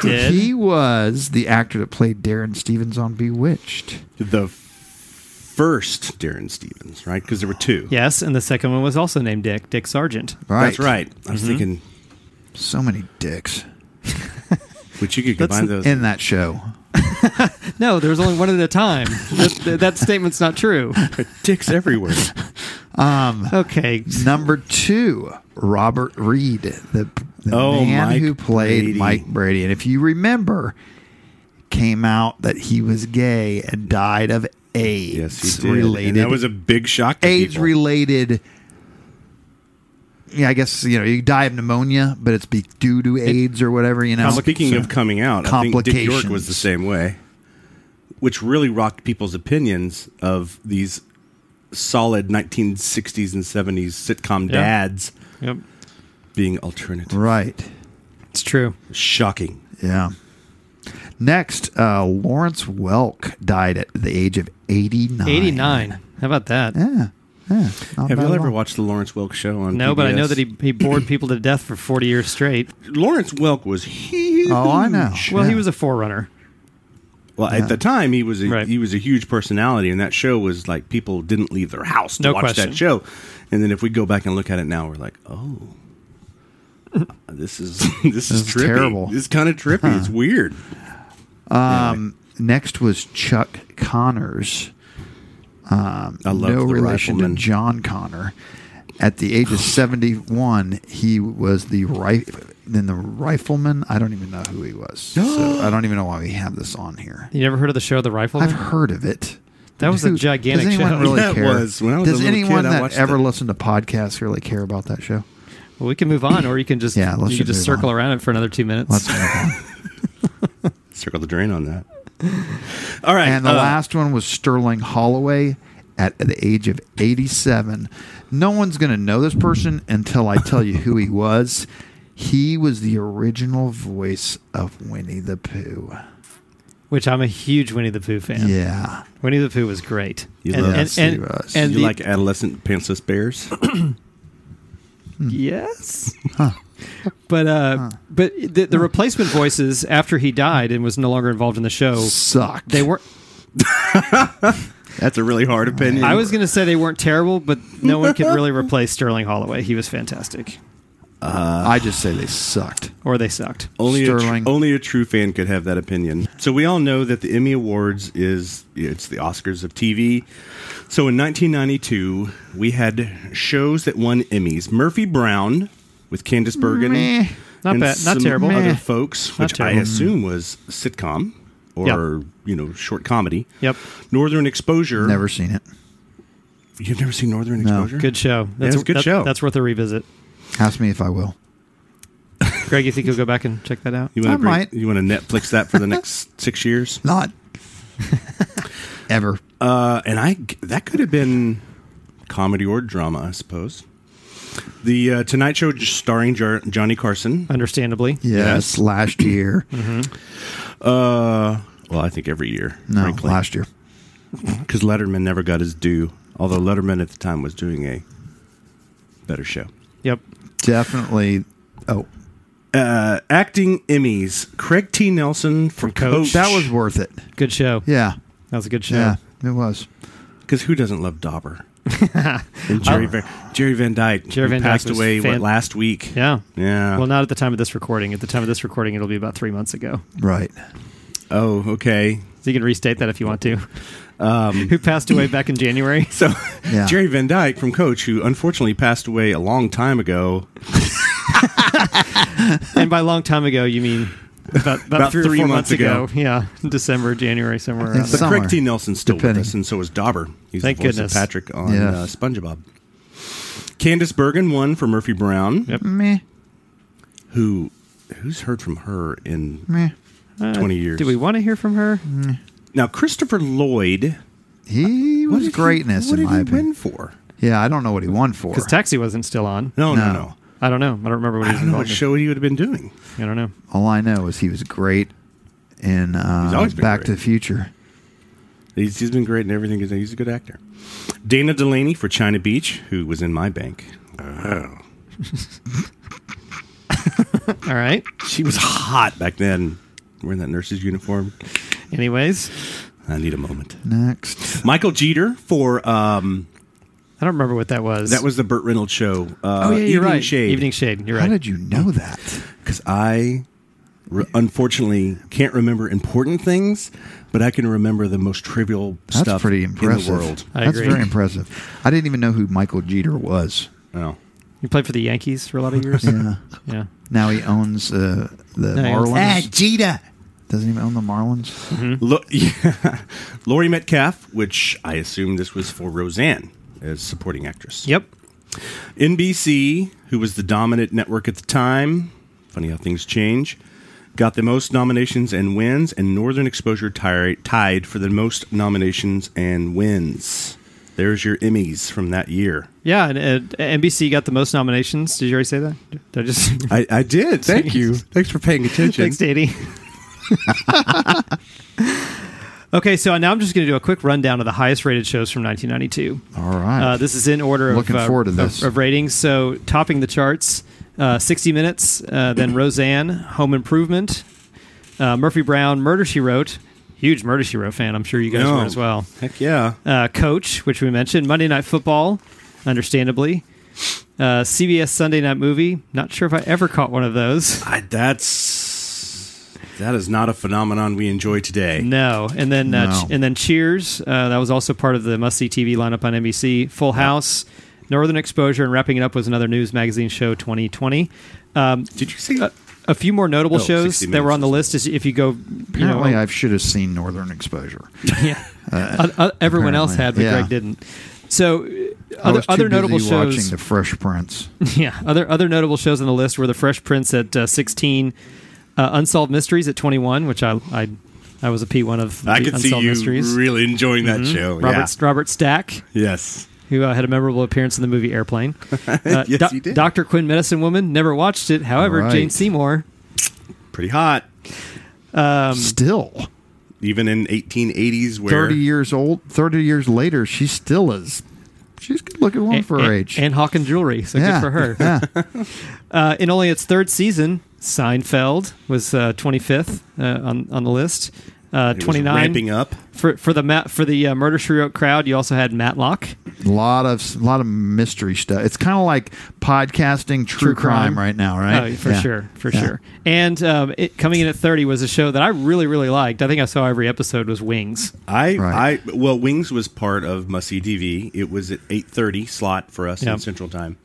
Speaker 3: did.
Speaker 2: He was the actor that played Darren Stevens on Bewitched.
Speaker 5: think. the first Darren Stevens, right? Because there were two.
Speaker 3: Yes, and the second one was also named Dick, Dick Sargent.
Speaker 5: That's right. I was thinking,
Speaker 2: So many dicks
Speaker 5: which you could
Speaker 3: That's
Speaker 5: combine
Speaker 3: an
Speaker 5: those.
Speaker 2: in that show.
Speaker 3: No, there was only one at a time. that, that- that statement's not true.
Speaker 5: dicks everywhere.
Speaker 3: Okay.
Speaker 2: Number two, Robert Reed, the, the
Speaker 5: Oh,
Speaker 2: man
Speaker 5: Mike
Speaker 2: who played
Speaker 5: Brady.
Speaker 2: Mike Brady. And if you remember, came out that he was gay and died of AIDS
Speaker 5: yes, he did.
Speaker 2: related.
Speaker 5: And that was a big shock. To
Speaker 2: AIDS
Speaker 5: people.
Speaker 2: related. Yeah, I guess you know you die of pneumonia, but it's be due to AIDS or whatever. You know,
Speaker 5: Now, Speaking of coming out, I think Dick York was the
Speaker 2: Complications.
Speaker 5: same way, which really rocked people's opinions of these solid 1960s and 70s sitcom
Speaker 3: Yeah.
Speaker 5: dads
Speaker 3: Yep.
Speaker 5: being alternative.
Speaker 2: right?
Speaker 3: It's true.
Speaker 5: Shocking.
Speaker 2: Yeah. Next, uh, Lawrence Welk died at the age of eighty nine.
Speaker 3: 89. How about that?
Speaker 2: Yeah. Yeah. Not
Speaker 5: Have
Speaker 2: bad
Speaker 5: you
Speaker 2: at
Speaker 5: ever
Speaker 2: all.
Speaker 5: watched the Lawrence Welk show on
Speaker 3: No, but I know
Speaker 5: PBS?
Speaker 3: that he, he bored people to death for 40 years straight.
Speaker 5: Lawrence Welk was huge.
Speaker 2: Oh, I know.
Speaker 3: Well,
Speaker 2: Yeah.
Speaker 3: he was a forerunner.
Speaker 5: Well, at the time he was a,
Speaker 3: Right.
Speaker 5: he was a huge personality, and that show was like people didn't leave their house to
Speaker 3: No
Speaker 5: watch
Speaker 3: question.
Speaker 5: that show. And then if we go back and look at it now, we're like, oh, this is this
Speaker 2: is
Speaker 5: is trippy.
Speaker 2: terrible.
Speaker 5: It's kind of trippy. It's weird.
Speaker 2: Um, next was Chuck Connors.
Speaker 5: I love
Speaker 2: no
Speaker 5: the
Speaker 2: relation
Speaker 5: Rifleman.
Speaker 2: to John Connor. At the age of seventy-one, he was the right then the rifleman. I don't even know who he was. So I don't even know why we have this on here.
Speaker 3: You never heard of the show The Rifleman?
Speaker 2: I've heard of it.
Speaker 3: That was a
Speaker 2: Who-
Speaker 3: gigantic
Speaker 2: Does anyone
Speaker 3: show.
Speaker 2: really
Speaker 5: That
Speaker 2: care?
Speaker 5: was- when I was a
Speaker 2: Does
Speaker 5: little
Speaker 2: anyone
Speaker 5: kid, I
Speaker 2: that
Speaker 5: watched
Speaker 2: ever
Speaker 5: it.
Speaker 2: listened to podcasts really care about that show?
Speaker 3: Well, we can move on, or you can just
Speaker 2: Yeah, let's
Speaker 3: you can
Speaker 2: just
Speaker 3: just
Speaker 2: move
Speaker 3: circle
Speaker 2: on.
Speaker 3: around it for another two minutes.
Speaker 2: Let's move on.
Speaker 5: Circle the drain on that. All right,
Speaker 2: And the
Speaker 5: uh,
Speaker 2: last one was Sterling Holloway at the age of 87. No one's going to know this person until I tell you who he was. He was the original voice of Winnie the Pooh.
Speaker 3: Which I'm a huge Winnie the Pooh fan.
Speaker 2: Yeah.
Speaker 3: Winnie the Pooh was great.
Speaker 5: You
Speaker 3: and,
Speaker 5: love-
Speaker 3: and,
Speaker 2: Yes,
Speaker 3: and,
Speaker 2: he was.
Speaker 3: and
Speaker 5: you
Speaker 3: the-
Speaker 5: like adolescent pantsless bears?
Speaker 3: yes. But uh, but the, the replacement voices after he died and was no longer involved in the show,
Speaker 2: Sucked.
Speaker 3: they were.
Speaker 5: That's a really hard opinion.
Speaker 3: I was going to say they weren't terrible, but no one could really replace Sterling Holloway. He was fantastic,
Speaker 2: I just say they sucked.
Speaker 3: or they sucked.
Speaker 5: only A
Speaker 2: Sterling.
Speaker 5: tr- only a true fan could have that opinion. So we all know that the Emmy Awards is it's the Oscars of TV. So in 1992, we had shows that won Emmys. Murphy Brown with Candice Bergen,
Speaker 2: Meh.
Speaker 3: Not
Speaker 5: and
Speaker 3: bad- not
Speaker 5: some
Speaker 3: terrible.
Speaker 5: Other
Speaker 3: Meh.
Speaker 5: folks,
Speaker 3: Not
Speaker 5: which I
Speaker 3: terrible.
Speaker 5: assume was sitcom or you know short comedy.
Speaker 3: Yep.
Speaker 5: Northern Exposure.
Speaker 2: Never seen it.
Speaker 5: You've never seen Northern Exposure?
Speaker 3: Good show. That's
Speaker 5: it's a good
Speaker 3: that-
Speaker 5: show.
Speaker 3: That's worth a revisit.
Speaker 2: Ask me if I will.
Speaker 3: Greg, you think you'll go back and check that out?
Speaker 5: You wanna
Speaker 2: I
Speaker 5: bring-
Speaker 2: might.
Speaker 5: You want to Netflix that for the next six years?
Speaker 2: Not ever.
Speaker 5: Uh, and I that could have been comedy or drama, I suppose. The uh, Tonight Show, j- starring Jar- Johnny Carson.
Speaker 3: Understandably.
Speaker 2: Yes, last year.
Speaker 5: Uh, Well, I think every year.
Speaker 2: No,
Speaker 5: frankly.
Speaker 2: last year.
Speaker 5: because Letterman never got his due. Although Letterman at the time was doing a better show.
Speaker 3: Yep.
Speaker 2: Definitely. Oh,
Speaker 5: Uh, acting Emmys: Craig T. Nelson for
Speaker 3: Coach.
Speaker 5: Coach.
Speaker 2: that was worth it.
Speaker 3: Good show.
Speaker 2: Yeah.
Speaker 3: That was a good show.
Speaker 2: Yeah. It was.
Speaker 5: because who doesn't love Dauber? and Jerry, Van, Jerry Van Dyke.
Speaker 3: Jerry
Speaker 5: who
Speaker 3: Van Dyke
Speaker 5: passed
Speaker 3: was
Speaker 5: away
Speaker 3: fan-
Speaker 5: what, last week.
Speaker 3: Yeah.
Speaker 5: Yeah.
Speaker 3: Well, not at the time of this recording. At the time of this recording, it'll be about three months ago.
Speaker 2: Right.
Speaker 5: Oh, okay.
Speaker 3: So you can restate that if you want to.
Speaker 5: Um,
Speaker 3: Who passed away back in January?
Speaker 5: So
Speaker 2: Yeah.
Speaker 5: Jerry Van Dyke from Coach, who unfortunately passed away a long time ago,
Speaker 3: and by long time ago, you mean about, about,
Speaker 5: About
Speaker 3: three,
Speaker 5: three
Speaker 3: or four months
Speaker 5: months
Speaker 3: ago.
Speaker 5: ago.
Speaker 3: Yeah, December, January, somewhere around.
Speaker 5: But
Speaker 2: Summer.
Speaker 5: Craig T. Nelson's still
Speaker 2: Depending.
Speaker 5: with us, and so is Dauber. He's
Speaker 3: Thank
Speaker 5: the voice
Speaker 3: goodness.
Speaker 5: of Patrick on
Speaker 2: Yes.
Speaker 5: uh, SpongeBob. Candace Bergen won for Murphy Brown,
Speaker 3: Yep.
Speaker 2: Meh.
Speaker 5: who who's heard from her in
Speaker 2: Meh.
Speaker 5: 20 years.
Speaker 3: Uh, Do we want to hear from her?
Speaker 5: now, Christopher Lloyd.
Speaker 2: He
Speaker 5: what
Speaker 2: was
Speaker 5: did he-
Speaker 2: greatness
Speaker 5: what
Speaker 2: in
Speaker 5: did
Speaker 2: my
Speaker 5: he
Speaker 2: opinion.
Speaker 5: win for?
Speaker 2: Yeah, I don't know what he won for.
Speaker 3: Because Taxi wasn't still on.
Speaker 5: No, no,
Speaker 2: No.
Speaker 5: no.
Speaker 3: I don't know. I don't remember what he
Speaker 5: I
Speaker 3: was
Speaker 5: don't know what
Speaker 3: involved
Speaker 5: show he would have been doing.
Speaker 3: in. I don't know.
Speaker 2: All I know is he was great in
Speaker 5: He's
Speaker 2: uh,
Speaker 5: always been
Speaker 2: Back
Speaker 5: great.
Speaker 2: to the Future.
Speaker 5: He's, he's been great in everything. He's- He's a good actor. Dana Delaney for China Beach, who was in my bank. Oh.
Speaker 3: All right.
Speaker 5: She was hot back then, wearing that nurse's uniform.
Speaker 3: Anyways,
Speaker 5: I need a moment.
Speaker 2: Next.
Speaker 5: Michael Jeter for um,
Speaker 3: I don't remember what that was.
Speaker 5: That was the Burt Reynolds show. Uh,
Speaker 3: oh yeah, you're
Speaker 5: Evening
Speaker 3: right.
Speaker 5: Shade.
Speaker 3: Evening Shade. You're
Speaker 2: How
Speaker 3: right.
Speaker 2: did you know that?
Speaker 5: Because I re- unfortunately can't remember important things, but I can remember the most trivial
Speaker 2: That's
Speaker 5: stuff
Speaker 2: pretty
Speaker 5: in
Speaker 2: impressive.
Speaker 5: the world.
Speaker 3: I
Speaker 2: That's
Speaker 3: agree.
Speaker 2: very impressive. I didn't even know who Michael Jeter was.
Speaker 5: Oh.
Speaker 3: you played for the Yankees for a lot of years.
Speaker 2: Yeah.
Speaker 3: yeah.
Speaker 2: now he owns uh, the
Speaker 3: he owns-
Speaker 2: Marlins.
Speaker 5: Jeter.
Speaker 2: Doesn't even own the Marlins.
Speaker 5: Lo- yeah. Lori Metcalf, which I assume this was for Roseanne as supporting actress.
Speaker 3: Yep.
Speaker 5: NBC, who was the dominant network at the time, funny how things change, got the most nominations and wins, and Northern Exposure ti- tied for the most nominations and wins. There's your Emmys from that year.
Speaker 3: Yeah, and, and NBC got the most nominations. Did you already say that? Did I just
Speaker 5: I, I did. Thank you. Thanks for paying attention.
Speaker 3: Thanks, Danny. okay, so now I'm just going to do a quick rundown of the highest rated shows from 1992.
Speaker 2: All right.
Speaker 3: Uh, this is in order
Speaker 2: Looking
Speaker 3: of, uh,
Speaker 2: forward to
Speaker 3: of-
Speaker 2: this.
Speaker 3: Of, ratings. So topping the charts, uh, 60 Minutes, uh, then Roseanne, Home Improvement, uh, Murphy Brown, Murder She Wrote. Huge Murder She Wrote fan. I'm sure you guys
Speaker 5: No.
Speaker 3: were as well.
Speaker 5: Heck yeah.
Speaker 3: Uh, Coach, which we mentioned, Monday Night Football, understandably. Uh, CBS Sunday Night Movie. Not sure if I ever caught one of those.
Speaker 5: I, that's that is not a phenomenon we enjoy today.
Speaker 3: No, and then uh,
Speaker 2: No.
Speaker 3: ch- and then Cheers. Uh, that was also part of the must see TV lineup on NBC. Full House, Northern Exposure, and wrapping it up was another news magazine show 2020. Um,
Speaker 5: Did you see?
Speaker 3: a, a few more notable
Speaker 5: Oh, 60
Speaker 3: shows that were on the
Speaker 5: Minutes
Speaker 3: list is if you go, you know,
Speaker 2: Apparently, I should have seen Northern Exposure.
Speaker 3: yeah, Uh, uh, everyone else had, but
Speaker 2: apparently. Yeah.
Speaker 3: Greg didn't. So uh,
Speaker 2: I
Speaker 3: other
Speaker 2: was too
Speaker 3: other
Speaker 2: busy
Speaker 3: notable shows.
Speaker 2: watching The Fresh Prince.
Speaker 3: Yeah, other other notable shows on the list were The Fresh Prince at uh, 16, uh, Unsolved Mysteries at 21, which I I, I was a P1 of
Speaker 5: I
Speaker 3: the
Speaker 5: could see
Speaker 3: Unsolved
Speaker 5: you
Speaker 3: Mysteries.
Speaker 5: really enjoying that show.
Speaker 3: Robert Robert Stack,
Speaker 5: yeah. Yes.
Speaker 3: who uh, had a memorable appearance in the movie Airplane. Uh,
Speaker 5: Yes,
Speaker 3: Doc-
Speaker 5: he did.
Speaker 3: Dr. Quinn Medicine Woman, never watched it. However,
Speaker 2: Right.
Speaker 3: Jane Seymour.
Speaker 5: Pretty hot.
Speaker 3: Um,
Speaker 2: still,
Speaker 5: Even in 1880s, where
Speaker 2: thirty years old, thirty years later, she still is. She's a good-looking woman
Speaker 3: and-
Speaker 2: for her
Speaker 3: and,
Speaker 2: age.
Speaker 3: And Hawk and Jewelry, so
Speaker 2: yeah,
Speaker 3: good for her.
Speaker 2: Yeah.
Speaker 3: Uh, in only its third season, Seinfeld was uh, 25th uh, on, on the list. Uh,
Speaker 5: it was
Speaker 3: 29.
Speaker 5: ramping up.
Speaker 3: For, for the Matt, for the uh, Murder She Wrote crowd, you also had Matlock.
Speaker 2: A lot of a lot of mystery stuff. It's kind of like podcasting true, crime. right now, right?
Speaker 3: Oh, for
Speaker 2: Yeah.
Speaker 3: sure, for
Speaker 2: Yeah.
Speaker 3: sure. And um, it, coming in at 30 was a show that I really, really liked. I think I saw every episode was Wings.
Speaker 5: I,
Speaker 2: Right.
Speaker 5: I, well, Wings was part of Must See TV. It was at eight thirty slot for us
Speaker 3: Yeah.
Speaker 5: in Central Time.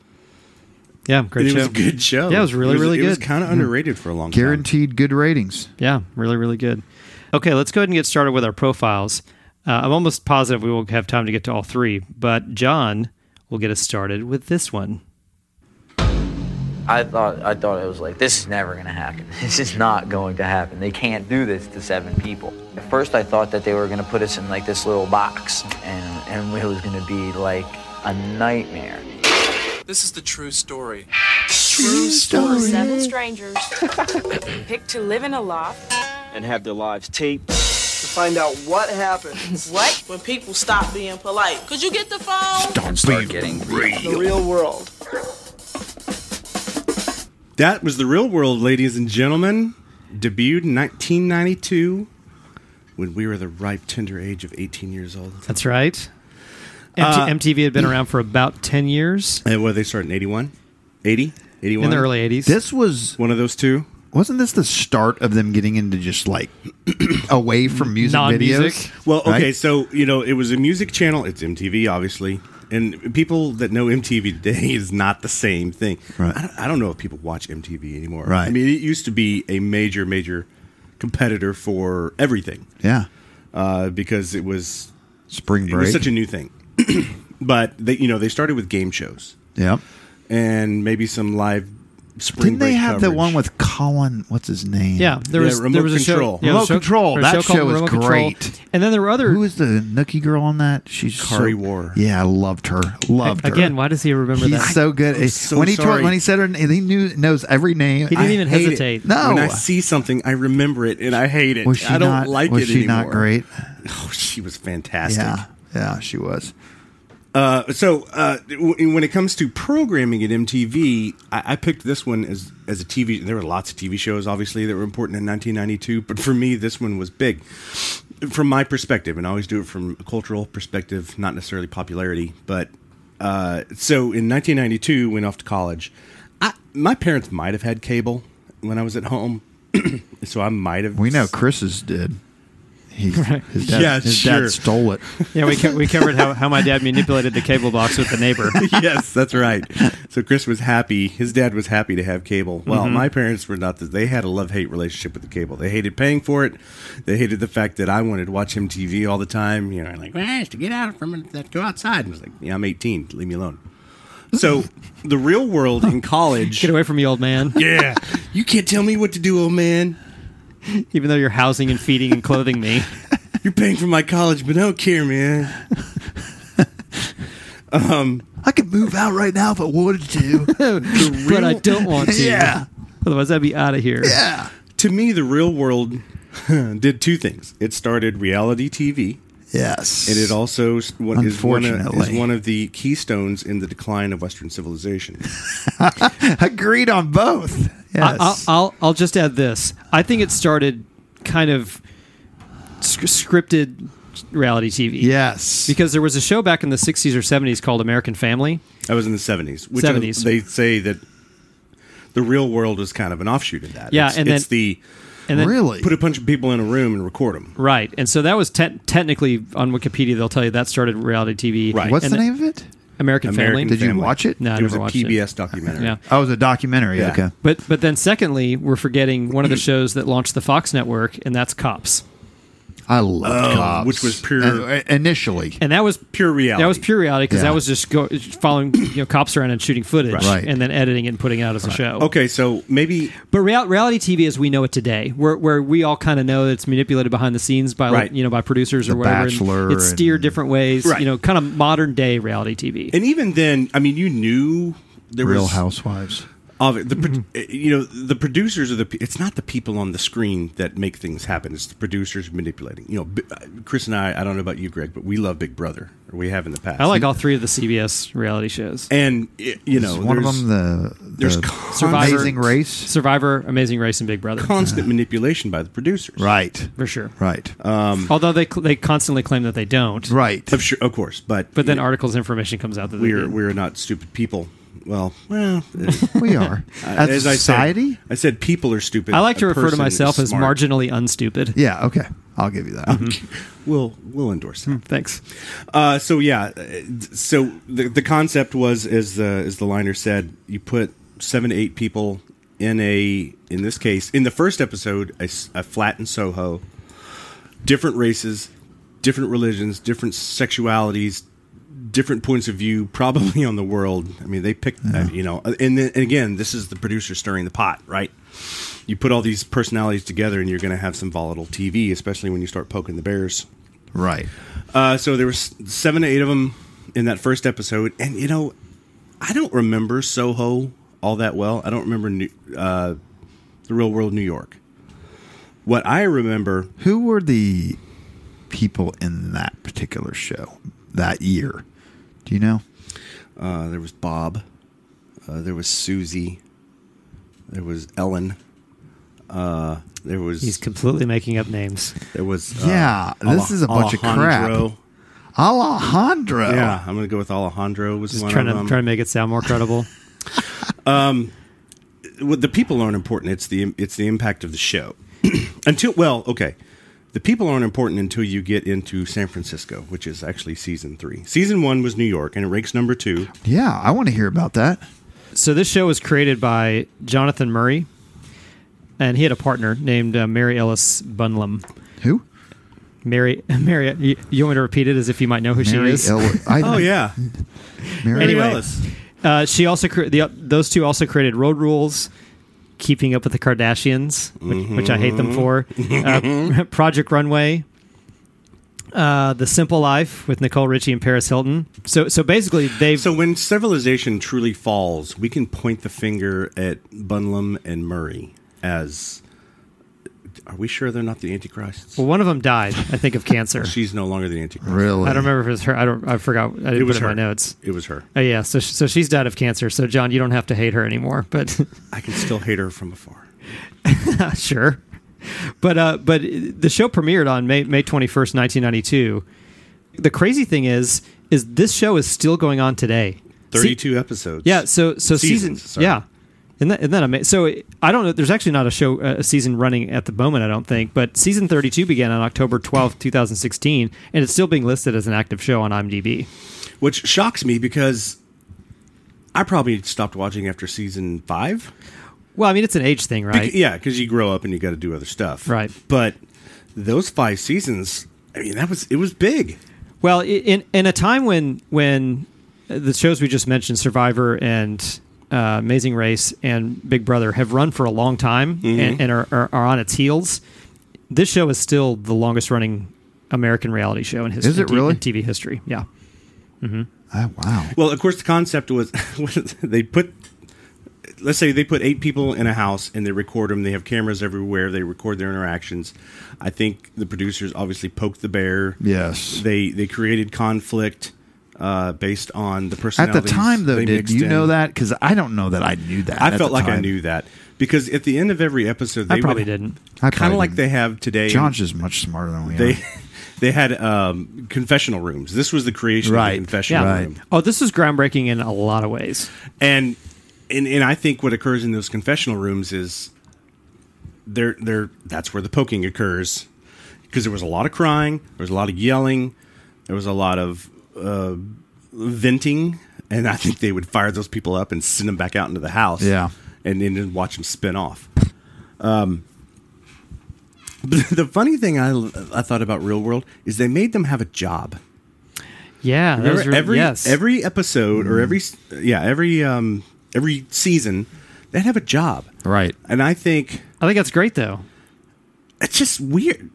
Speaker 3: Yeah, great
Speaker 5: And it
Speaker 3: show.
Speaker 5: was a good show.
Speaker 3: Yeah, it was really, really
Speaker 5: It was
Speaker 3: good.
Speaker 5: kind of
Speaker 2: Hmm.
Speaker 5: underrated for a long
Speaker 2: Guaranteed good ratings.
Speaker 3: Yeah, really, really good. Okay, let's go ahead and get started with our profiles. Uh, I'm almost positive we will have time to get to all three, but John will get us started with this one.
Speaker 7: I thought I thought it was like this is never gonna happen. This is not going to happen. They can't do this to seven people. At first, I thought that they were gonna put us in like this little box, and and it was gonna be like a nightmare.
Speaker 8: This is the true story.
Speaker 9: Seven strangers picked to live in a loft
Speaker 8: And have their lives taped
Speaker 10: find out what happens.
Speaker 11: What? When people stop being polite. Could you get the phone?
Speaker 12: Don't start getting
Speaker 10: The real world.
Speaker 5: That was the real world, ladies and gentlemen. Debuted in 1992 when we were the ripe, tender age of 18 years old.
Speaker 13: That's right. MT-
Speaker 3: Uh,
Speaker 13: MTV had been around for about 10 years
Speaker 5: And what did they start in 81? 80? 81?
Speaker 13: in the early 80s.
Speaker 2: This was
Speaker 5: One of those two?
Speaker 2: wasn't this the start of them getting into just like away from music
Speaker 13: Non-music.
Speaker 2: videos?
Speaker 5: Well, okay,
Speaker 2: Right?
Speaker 5: so, you know, it was a music channel. It's MTV, obviously. And people that know MTV today is not the same thing.
Speaker 2: Right.
Speaker 5: I, don't, I don't know if people watch MTV anymore.
Speaker 2: Right.
Speaker 5: I mean, it used to be a major, major competitor for everything
Speaker 2: yeah,
Speaker 5: uh, because it was
Speaker 2: spring
Speaker 5: It
Speaker 2: break.
Speaker 5: was such a new thing. but they, you know, they started with game shows
Speaker 2: yep.
Speaker 5: and maybe some live spring.
Speaker 2: Didn't they
Speaker 5: break
Speaker 2: have the
Speaker 5: coverage.
Speaker 2: one with Colin? What's his name?
Speaker 13: yeah, there
Speaker 5: Yeah,
Speaker 13: was
Speaker 5: remote
Speaker 13: there was a
Speaker 5: control.
Speaker 13: show. Yeah, there
Speaker 2: Remote
Speaker 13: was a show-
Speaker 2: control.
Speaker 13: there
Speaker 2: That
Speaker 13: called
Speaker 2: show was
Speaker 13: Remote Control.
Speaker 2: great.
Speaker 13: And then there were other
Speaker 2: Who was the nookie girl on that? She's
Speaker 5: Kari
Speaker 2: so-
Speaker 5: Warr.
Speaker 2: Yeah, I loved her. Loved her.
Speaker 13: again. Why does he remember
Speaker 2: He's
Speaker 13: that?
Speaker 2: so good.
Speaker 5: I'm so
Speaker 2: when he told-
Speaker 5: sorry.
Speaker 2: when he said her, name, he knew knows every name.
Speaker 13: He didn't even
Speaker 5: hate it.
Speaker 13: hesitate.
Speaker 2: No.
Speaker 5: When I see something, I remember it and I hate it.
Speaker 2: was she
Speaker 5: I don't
Speaker 2: not,
Speaker 5: like
Speaker 2: was
Speaker 5: it
Speaker 2: she
Speaker 5: anymore.
Speaker 2: not great?
Speaker 5: Oh, she was fantastic.
Speaker 2: Yeah, yeah, she was.
Speaker 5: Uh, so uh, w- when it comes to programming at MTV, I, I picked this one as as a TV. There were lots of TV shows, obviously, that were important in 1992, but for me, this one was big from my perspective, and I always do it from a cultural perspective, not necessarily popularity. But uh, so in 1992, went off to college. I, my parents might have had cable when I was at home, so I might have.
Speaker 2: We know Chris's did. He, his dad,
Speaker 5: Yeah,
Speaker 2: his
Speaker 5: sure.
Speaker 2: dad stole it.
Speaker 13: yeah, we, co- we covered how, how my dad manipulated the cable box with the neighbor.
Speaker 5: yes, that's right. So Chris was happy. His dad was happy to have cable. Well, my parents were not. That they had a love hate relationship with the cable. They hated paying for it. They hated the fact that I wanted to watch MTV all the time. You know, and like, man, to get out from it, that go outside. And I was like, yeah, I'm 18. Leave me alone. So the real world in college.
Speaker 13: Get away from me, old man.
Speaker 5: Yeah, you can't tell me what to do, old man.
Speaker 13: Even though you're housing and feeding and clothing me.
Speaker 5: You're paying for my college, but I don't care, man.
Speaker 2: I could move out right now if I wanted to.
Speaker 13: but I don't want to.
Speaker 2: yeah,
Speaker 13: Otherwise, I'd be out of here.
Speaker 2: yeah,
Speaker 5: To me, the real world did two things. It started reality TV.
Speaker 2: yes.
Speaker 5: And it also s- one, is, one of, is
Speaker 2: Unfortunately.
Speaker 5: one of the keystones in the decline of Western civilization.
Speaker 2: agreed on both.
Speaker 5: Uh,
Speaker 2: Yes,
Speaker 13: I, I'll, I'll I'll just add this. I think it started kind of sc- scripted reality TV.
Speaker 2: yes.
Speaker 13: Because there was a show back in the 60s or 70s called American Family.
Speaker 5: I was in the 70s. Which
Speaker 13: 70s.
Speaker 5: I- they say that the real world is kind of an offshoot of that.
Speaker 13: Yeah,
Speaker 5: it's,
Speaker 13: and
Speaker 5: it's
Speaker 13: then-
Speaker 5: the
Speaker 13: And then,
Speaker 2: really,
Speaker 5: put a bunch of people in a room and record them.
Speaker 13: Right. And so that was te- technically on Wikipedia, they'll tell you that started reality TV.
Speaker 5: Right.
Speaker 2: what's
Speaker 13: and
Speaker 2: the name of it?
Speaker 13: American, Family.
Speaker 5: American
Speaker 2: Did you
Speaker 5: Family.
Speaker 2: watch it?
Speaker 13: No, I
Speaker 5: it was
Speaker 13: never
Speaker 5: a
Speaker 13: watched
Speaker 5: PBS
Speaker 13: it.
Speaker 5: documentary.
Speaker 13: Yeah.
Speaker 2: Oh, it was a documentary.
Speaker 5: Yeah.
Speaker 2: Okay.
Speaker 13: But but then secondly, we're forgetting one of the shows that launched the Fox network, and that's Cops.
Speaker 2: I loved Cops,
Speaker 5: Oh, which was pure-
Speaker 2: And- uh, initially.
Speaker 13: And that was
Speaker 5: Pure reality.
Speaker 13: That was pure reality because
Speaker 2: Yeah.
Speaker 13: that was just go, following you know cops around and shooting footage
Speaker 2: Right.
Speaker 13: and then editing it and putting it out as a show.
Speaker 5: Okay, so maybe
Speaker 13: But real, reality TV as we know it today, where, where we all kind of know it's manipulated behind the scenes by like,
Speaker 5: Right.
Speaker 13: you know by producers
Speaker 2: The
Speaker 13: or whatever, and
Speaker 2: Bachelor
Speaker 13: it's steered
Speaker 2: and-
Speaker 13: different ways.
Speaker 5: Right.
Speaker 13: You know, kind of modern day reality TV.
Speaker 5: and even then, I mean, you knew there
Speaker 2: Real
Speaker 5: was
Speaker 2: Housewives.
Speaker 5: of it. The, pro-
Speaker 13: Mm-hmm.
Speaker 5: You know, the producers are the. pe- It's not the people on the screen that make things happen. It's the producers manipulating. You know, B- uh, Chris and I. I don't know about you, Greg, but we love Big Brother. Or we have in the past.
Speaker 13: I like all three of the CBS reality shows:
Speaker 5: And i- you know,
Speaker 2: Is one of
Speaker 5: there's-
Speaker 2: them the, the
Speaker 5: There's
Speaker 13: Survivor.
Speaker 2: Amazing Race.
Speaker 13: Survivor, Amazing Race, and Big Brother,
Speaker 5: constant manipulation by the producers.
Speaker 2: Right.
Speaker 13: for sure.
Speaker 2: Right.
Speaker 5: Uh, Um,
Speaker 13: Although they cl- they constantly claim that they don't.
Speaker 2: right.
Speaker 5: Of, sure, of course, but
Speaker 13: But then articles information comes out that they
Speaker 5: we're
Speaker 13: did.
Speaker 5: we're not stupid people. Well, well, eh,
Speaker 2: We are as, a society.
Speaker 5: Uh, I said, I said people are stupid.
Speaker 13: I like to
Speaker 5: A
Speaker 13: refer to
Speaker 5: person is
Speaker 13: myself as
Speaker 5: smart.
Speaker 13: marginally unstupid.
Speaker 2: yeah. Okay. I'll give you that.
Speaker 5: Mm-hmm. We'll we'll endorse that.
Speaker 13: Thanks.
Speaker 5: Uh, so yeah, uh, so the the concept was as the as the liner said, you put seven to eight people in a in this case in the first episode a, s- a flat in Soho, different races, different religions, different sexualities, different points of view, probably on the world. I mean, they picked that, you know, and then and again, this is the producer stirring the pot, right? You put all these personalities together, and you're going to have some volatile TV, especially when you start poking the bears.
Speaker 2: Right.
Speaker 5: Uh, so there was seven to eight of them in that first episode, and you know, I don't remember Soho all that well. I don't remember New, uh, the real world New York. What I remember,
Speaker 2: Who were the people in that particular show that year? Do you know?
Speaker 5: Uh, there was Bob. Uh, there was Susie. There was Ellen. Uh, there was
Speaker 13: He's completely making up names.
Speaker 5: there was
Speaker 2: yeah,
Speaker 5: Ala-
Speaker 2: this is a bunch
Speaker 5: Alejandro.
Speaker 2: of crap. Alejandro.
Speaker 5: Yeah, I'm gonna go with Alejandro was
Speaker 13: Just
Speaker 5: one
Speaker 13: trying
Speaker 5: of
Speaker 13: to
Speaker 5: them.
Speaker 13: trying to make it sound more credible.
Speaker 5: well, the people aren't important. It's the it's the impact of the show. until well, okay, the people aren't important until you get into San Francisco, which is actually season three. Season one was New York, and it ranks number two.
Speaker 2: Yeah, I want to hear about that.
Speaker 13: so this show was created by Jonathan Murray, and he had a partner named uh, Mary Ellis Bunlam.
Speaker 2: Who?
Speaker 13: Mary, Mary, you, you want me to repeat it as if you might know who
Speaker 2: Mary
Speaker 13: she is?
Speaker 2: Ellen- I,
Speaker 5: Oh yeah,
Speaker 2: Mary
Speaker 13: Anyway.
Speaker 5: Ellis.
Speaker 13: Uh, she also cre- the, those two also created Road Rules, Keeping Up with the Kardashians, which, which I hate them for, uh, Project Runway, uh, The Simple Life with Nicole Richie and Paris Hilton. So so basically they've
Speaker 5: So when civilization truly falls, we can point the finger at Bunlam and Murray as. Are we sure they're not the Antichrists?
Speaker 13: well, one of them died, I think, of cancer.
Speaker 5: She's no longer the Antichrist.
Speaker 2: really?
Speaker 13: I don't remember if it was her. I don't. I forgot. I didn't
Speaker 5: It was
Speaker 13: put it in
Speaker 5: her.
Speaker 13: my notes.
Speaker 5: It was her.
Speaker 13: Oh yeah. So sh- so she's died of cancer. So John, you don't have to hate her anymore. But Ah,
Speaker 5: I can still hate her from afar.
Speaker 13: sure. But uh, but the show premiered on May May twenty first, nineteen ninety two. The crazy thing is, is this show is still going on today. See-
Speaker 5: Thirty-two episodes.
Speaker 13: yeah. So so season.
Speaker 5: Seasons, sorry.
Speaker 13: Yeah. Isn't that, isn't that amazing? So I don't know. There's actually not a show uh, a season running at the moment. I don't think. But season thirty two began on October twelfth, two thousand sixteen, and it's still being listed as an active show on IMDb.
Speaker 5: which shocks me because I probably stopped watching after season five.
Speaker 13: Well, I mean, it's an age thing,
Speaker 5: Bec-
Speaker 13: right?
Speaker 5: yeah, because you grow up and you got to do other stuff.
Speaker 13: Right.
Speaker 5: But those five seasons, I mean, that was it was big.
Speaker 13: Well, i- in in a time when when the shows we just mentioned, Survivor and uh, Amazing Race and Big Brother, have run for a long time
Speaker 5: Mm-hmm.
Speaker 13: and, and are, are, are on its heels, this show is still the longest running American reality show in history.
Speaker 2: Is it really?
Speaker 13: TV history? Yeah.
Speaker 2: Ah, wow.
Speaker 5: Well, of course, the concept was they put. Let's say they put eight people in a house and they record them. They have cameras everywhere. They record their interactions. I think the producers obviously poked the bear.
Speaker 2: Yes.
Speaker 5: They they created conflict uh, based on the
Speaker 2: At
Speaker 5: personality.
Speaker 2: the time, though, did you know that? Because I don't know that I knew that.
Speaker 5: I
Speaker 2: at
Speaker 5: felt
Speaker 2: the
Speaker 5: like I
Speaker 2: time.
Speaker 5: knew that because at the end of every episode, they
Speaker 13: I probably
Speaker 5: would-
Speaker 13: didn't.
Speaker 2: I
Speaker 5: Kind
Speaker 2: probably
Speaker 5: of like
Speaker 2: didn't.
Speaker 5: they have today.
Speaker 2: John's just much smarter than we
Speaker 5: They
Speaker 2: are.
Speaker 5: they had um, confessional rooms. This was the creation
Speaker 2: Right.
Speaker 5: of the confessional
Speaker 13: Yeah.
Speaker 5: room,
Speaker 13: Oh, this is groundbreaking in a lot of ways.
Speaker 5: and and and I think what occurs in those confessional rooms is they're they're that's where the poking occurs because there was a lot of crying, there was a lot of yelling, there was a lot of uh, venting, and I think they would fire those people up and send them back out into the house.
Speaker 2: Yeah.
Speaker 5: and then watch them spin off. But the funny thing I, I thought about Real World is they made them have a job.
Speaker 13: Yeah. that was
Speaker 5: Remember,
Speaker 13: re-
Speaker 5: every
Speaker 13: yes. Mm-hmm.
Speaker 5: every episode or every s- yeah every um every season they'd have a job,
Speaker 2: Right.
Speaker 5: and I think
Speaker 13: I think that's great though.
Speaker 5: it's just weird.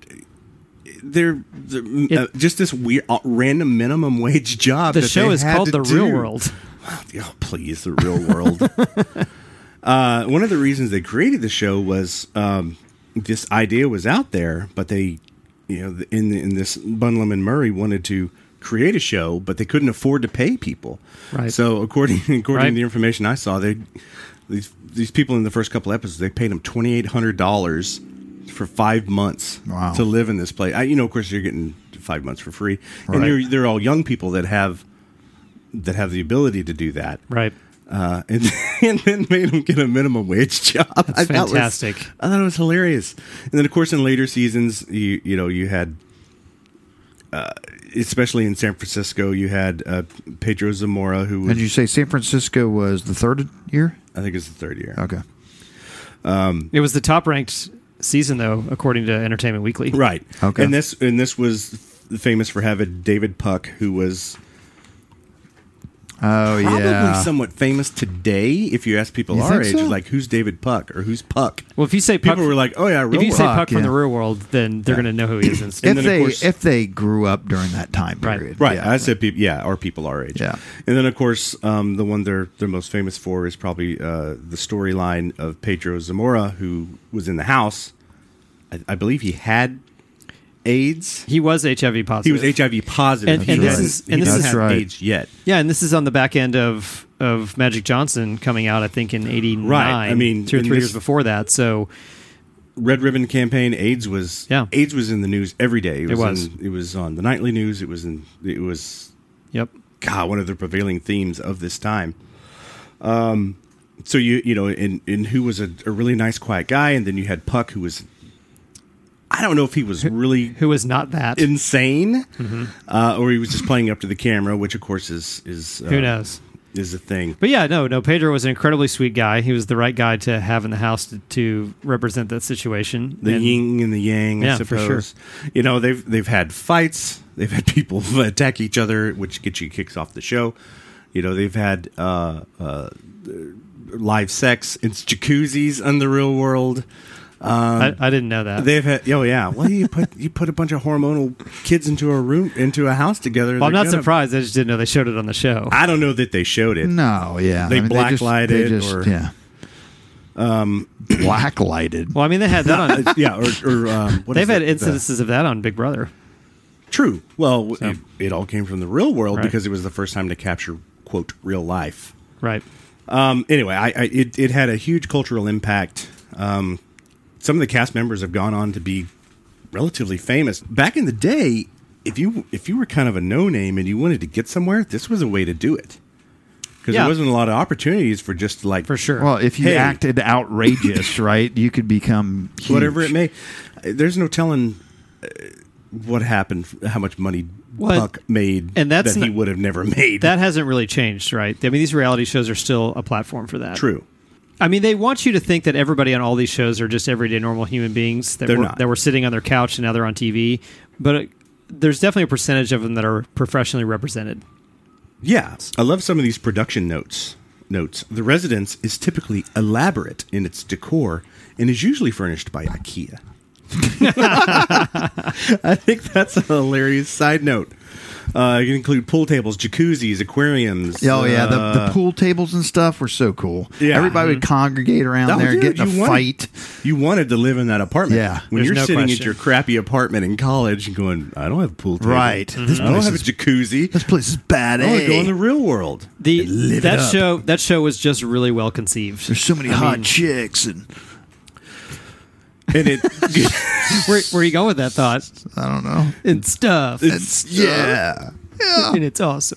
Speaker 5: They're, they're mm, uh,
Speaker 13: It-
Speaker 5: just this weird uh, random minimum wage job.
Speaker 13: The
Speaker 5: that
Speaker 13: show
Speaker 5: they
Speaker 13: is
Speaker 5: had
Speaker 13: called
Speaker 5: to
Speaker 13: The Real
Speaker 5: do.
Speaker 13: World.
Speaker 5: Oh, please, the real world. uh, one of the reasons they created the show was um, this idea was out there, but they, you know, in in this Bunlam and Murray wanted to create a show, but they couldn't afford to pay people.
Speaker 13: Right.
Speaker 5: So according according
Speaker 13: Right.
Speaker 5: to the information I saw, they these these people in the first couple episodes they paid them twenty eight hundred dollars for five months
Speaker 2: Wow.
Speaker 5: to live in this place. I, you know, of course, you're getting five months for free, and
Speaker 2: Right.
Speaker 5: they're they're all young people that have that have the ability to do that
Speaker 13: Right.
Speaker 5: uh, and, and then made him get a minimum wage job. That's
Speaker 13: fantastic.
Speaker 5: I thought it was hilarious. And then, of course, in later seasons, you you know you had, uh, especially in San Francisco, you had uh, Pedro Zamora, who was,
Speaker 2: Did you say San Francisco was the third year?
Speaker 5: I think is the third year.
Speaker 2: Okay.
Speaker 13: It was the top ranked season though, according to Entertainment Weekly.
Speaker 5: Right.
Speaker 2: Okay.
Speaker 5: And this and this was famous for having David Puck, who was
Speaker 2: Oh
Speaker 5: probably
Speaker 2: yeah.
Speaker 5: somewhat famous today. If you ask people
Speaker 2: You
Speaker 5: our
Speaker 2: think
Speaker 5: age,
Speaker 2: so?
Speaker 5: like who's David Puck or who's Puck?
Speaker 13: Well, if you say
Speaker 5: People
Speaker 13: Puck-
Speaker 5: were like, oh yeah, real
Speaker 13: if you say
Speaker 5: Puck.
Speaker 13: Puck from
Speaker 2: yeah.
Speaker 13: the real world, then they're
Speaker 5: Yeah.
Speaker 13: going to know who he is instantly.
Speaker 2: if
Speaker 5: and then, of
Speaker 2: they
Speaker 5: course-
Speaker 2: if they grew up during that time
Speaker 13: Right.
Speaker 2: period.
Speaker 5: Right.
Speaker 2: Yeah.
Speaker 5: I said people. Yeah, or people our age.
Speaker 2: Yeah.
Speaker 5: And then of course, um, the one they're they're most famous for is probably uh, the storyline of Pedro Zamora, who was in the house. I, I believe he had AIDS?
Speaker 13: He was HIV positive.
Speaker 5: He was HIV positive.
Speaker 13: And-
Speaker 5: He
Speaker 13: and this
Speaker 5: doesn't-
Speaker 13: is-
Speaker 5: he
Speaker 13: and this
Speaker 5: doesn't
Speaker 13: is-
Speaker 5: have
Speaker 2: That's right.
Speaker 5: AIDS yet.
Speaker 13: Yeah, and this is on the back end of of Magic Johnson coming out, I think, in '89.
Speaker 5: Right, I mean,
Speaker 13: two or
Speaker 5: in
Speaker 13: three
Speaker 5: this-
Speaker 13: years before that. So
Speaker 5: Red Ribbon campaign, AIDS was
Speaker 13: Yeah.
Speaker 5: AIDS was in the news every day.
Speaker 13: It was.
Speaker 5: in- it was on the nightly news. It was in it was
Speaker 13: Yep.
Speaker 5: God, one of the prevailing themes of this time. Um, so you you know, and and who was a, a really nice, quiet guy, and then you had Puck, who was I don't know if he was really
Speaker 13: Who is not that?
Speaker 5: insane, uh, or he was just playing up to the camera, which of course is is uh,
Speaker 13: Who knows?
Speaker 5: is a thing.
Speaker 13: But yeah, no, no. Pedro was an incredibly sweet guy. He was the right guy to have in the house to, to represent that situation.
Speaker 5: the
Speaker 13: And-
Speaker 5: yin and the yang, I
Speaker 13: Yeah, for
Speaker 5: suppose.
Speaker 13: sure.
Speaker 5: You know, they've they've had fights, they've had people attack each other, which gets you kicks off the show. You know, they've had uh, uh, live sex in jacuzzis in the real world.
Speaker 13: I, I didn't know that.
Speaker 5: They've had oh yeah, well you put you put a bunch of hormonal kids into a room into a house together.
Speaker 13: well, I'm
Speaker 5: they're
Speaker 13: not
Speaker 5: gonna-
Speaker 13: surprised. I just didn't know they showed it on the show.
Speaker 5: I don't know that they showed it.
Speaker 2: No, yeah.
Speaker 5: They
Speaker 2: black
Speaker 5: blacklight it or-
Speaker 2: yeah. Um, blacklighted.
Speaker 13: Well, I mean, they had that on.
Speaker 5: Uh, yeah, or, or um, what is
Speaker 13: they've had
Speaker 5: it? The-
Speaker 13: incidences of that on Big Brother.
Speaker 5: True. Well, it, it all came from the real world
Speaker 13: Right.
Speaker 5: because it was the first time to capture quote real life.
Speaker 13: Right.
Speaker 5: Um, anyway, I, I it, it had a huge cultural impact. Um, some of the cast members have gone on to be relatively famous. Back in the day, if you if you were kind of a no name and you wanted to get somewhere, this was a way to do it because
Speaker 13: Yeah.
Speaker 5: there wasn't a lot of opportunities for just like
Speaker 13: For sure.
Speaker 2: Well, if you
Speaker 5: Hey.
Speaker 2: acted outrageous, right, you could become huge.
Speaker 5: whatever it may. There's no telling uh, what happened, how much money
Speaker 13: Well,
Speaker 5: Puck made,
Speaker 13: and that's
Speaker 5: that he
Speaker 13: not-
Speaker 5: would have never made.
Speaker 13: that hasn't really changed, right? I mean, these reality shows are still a platform for that.
Speaker 5: true.
Speaker 13: I mean, they want you to think that everybody on all these shows are just everyday normal human beings that
Speaker 5: They're
Speaker 13: were,
Speaker 5: not.
Speaker 13: that were sitting on their couch and now they're on TV. But uh there's definitely a percentage of them that are professionally represented.
Speaker 5: Yeah, I love some of these production notes. Notes: The residence is typically elaborate in its decor and is usually furnished by IKEA. I think that's a hilarious side note. Uh, it can include pool tables, jacuzzis, aquariums.
Speaker 2: Oh yeah,
Speaker 5: uh,
Speaker 2: the, the pool tables and stuff were so cool.
Speaker 5: Yeah.
Speaker 2: everybody
Speaker 13: Mm-hmm.
Speaker 2: would congregate around
Speaker 5: Oh,
Speaker 2: there,
Speaker 5: dude,
Speaker 2: and get in a
Speaker 5: you wanted-
Speaker 2: fight.
Speaker 5: You wanted to live in that apartment.
Speaker 2: Yeah.
Speaker 5: When
Speaker 13: There's
Speaker 5: you're
Speaker 13: no
Speaker 5: sitting
Speaker 13: question.
Speaker 5: at your crappy apartment in college and going, I don't have a pool table.
Speaker 2: Right. Mhm. This
Speaker 5: I don't
Speaker 2: place
Speaker 5: have a
Speaker 2: is-
Speaker 5: jacuzzi.
Speaker 2: This place is bad.
Speaker 5: I want Oh, to go
Speaker 2: eh?
Speaker 5: in the real world. and
Speaker 13: The
Speaker 5: live it
Speaker 13: that
Speaker 5: up.
Speaker 13: show that show was just really well conceived.
Speaker 2: There's so many hot chicks, and
Speaker 5: And it.
Speaker 13: Where, where are you going with that thought?
Speaker 2: I don't know.
Speaker 13: And stuff.
Speaker 5: it's,
Speaker 2: Yeah, yeah,
Speaker 13: and it's awesome.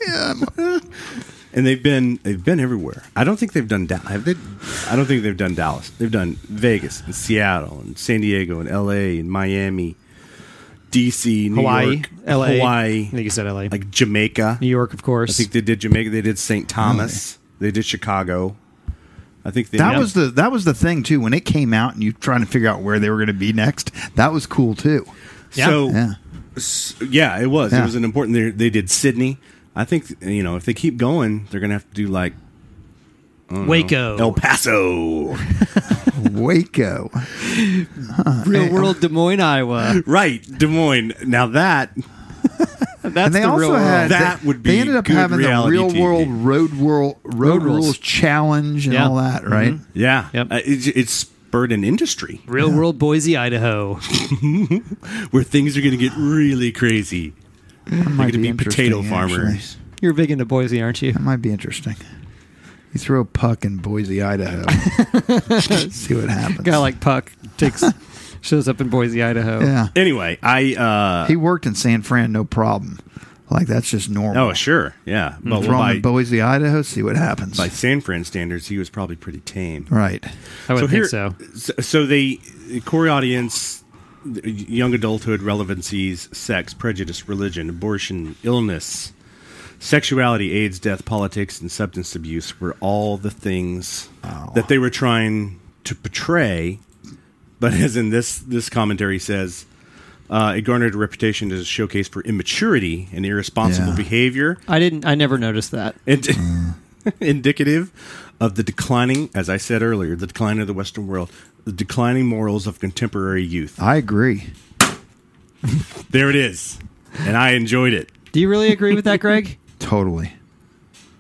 Speaker 5: and they've been they've been everywhere. I don't think they've done Dal- have they? I don't think they've done Dallas. They've done Vegas and Seattle and San Diego and L.A. and Miami, D.C., New
Speaker 13: Hawaii,
Speaker 5: York,
Speaker 13: LA. I
Speaker 5: Hawaii,
Speaker 13: think you said LA.
Speaker 5: like Jamaica.
Speaker 13: New York, of
Speaker 5: I
Speaker 13: course.
Speaker 5: think they did Jamaica. They did St. Thomas. They did Chicago. I think they
Speaker 2: that was the that was the thing too when it came out, and you trying to figure out where they were going to be next. That was cool too.
Speaker 13: Yeah.
Speaker 5: so
Speaker 2: Yeah.
Speaker 5: s- yeah. It was. It
Speaker 2: Yeah.
Speaker 5: was an important. They, they did Sydney. I think you know if they keep going, they're gonna have to do like
Speaker 13: Waco.
Speaker 5: El Paso.
Speaker 2: Waco.
Speaker 13: Real world Des Moines, Iowa.
Speaker 5: right, Des Moines. Now that
Speaker 13: That's
Speaker 2: and they
Speaker 13: the
Speaker 2: also
Speaker 13: real uh, world.
Speaker 2: had
Speaker 5: That
Speaker 2: they,
Speaker 5: would
Speaker 2: they
Speaker 5: be
Speaker 2: ended up
Speaker 5: good
Speaker 2: having the
Speaker 5: reality
Speaker 2: real
Speaker 5: TV.
Speaker 2: world road world road,
Speaker 13: Road rules.
Speaker 2: rules challenge and
Speaker 13: Yeah.
Speaker 2: all that, right?
Speaker 5: Yeah.
Speaker 13: Yep.
Speaker 5: Uh, it, it spurred an industry
Speaker 13: real world Boise, Idaho.
Speaker 5: where things are going to get really crazy.
Speaker 2: That might
Speaker 5: They're going to be
Speaker 2: interesting,
Speaker 5: potato
Speaker 2: actually.
Speaker 5: farmers.
Speaker 13: You're big into Boise, aren't you?
Speaker 2: That might be interesting. You throw a puck in Boise, Idaho. See what happens.
Speaker 13: Guy like Puck takes shows up in Boise, Idaho.
Speaker 2: yeah,
Speaker 5: Anyway, I. uh
Speaker 2: he worked in San Fran, no problem. Like that's just normal.
Speaker 5: Oh, sure. Yeah. But
Speaker 2: Throw him
Speaker 5: by,
Speaker 2: in Boise, Idaho. See what happens.
Speaker 5: by San Fran standards, he was probably pretty tame.
Speaker 2: right.
Speaker 13: I would
Speaker 5: so
Speaker 13: think
Speaker 5: here,
Speaker 13: so.
Speaker 5: so. So they, the core audience, the young adulthood, relevancies, sex, prejudice, religion, abortion, illness, sexuality, AIDS, death, politics, and substance abuse were all the things that they were trying to portray. But as in this, this commentary says, uh, it garnered a reputation as a showcase for immaturity and irresponsible
Speaker 2: Yeah.
Speaker 5: behavior
Speaker 13: I didn't. I never noticed that.
Speaker 5: and
Speaker 2: Mm.
Speaker 5: indicative of the declining, as I said earlier, the decline of the Western world, the declining morals of contemporary youth.
Speaker 2: I agree.
Speaker 5: There it is, and I enjoyed it.
Speaker 13: Do you really agree with that, Greg?
Speaker 2: Totally.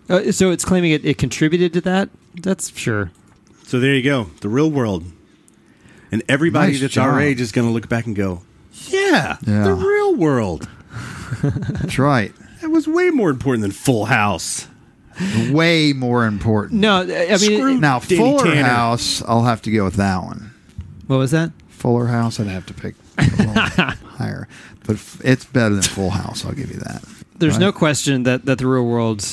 Speaker 13: Uh, so it's claiming it, it contributed to that. That's sure.
Speaker 5: So there you go, the real world, and everybody
Speaker 2: Nice
Speaker 5: that's our
Speaker 2: job.
Speaker 5: age is going to look back and go, Yeah,
Speaker 2: Yeah.
Speaker 5: the real world.
Speaker 2: That's right.
Speaker 5: That was way more important than Full House.
Speaker 2: Way more important.
Speaker 13: No, I mean,
Speaker 5: Screw-
Speaker 2: now
Speaker 5: Danny
Speaker 2: Fuller
Speaker 5: Tanner.
Speaker 2: House, I'll have to go with that one.
Speaker 13: what was that?
Speaker 2: Fuller House, I'd have to pick a little higher, but f- it's better than Full House. I'll give you that.
Speaker 13: There's
Speaker 2: Right.
Speaker 13: no question that, that the real world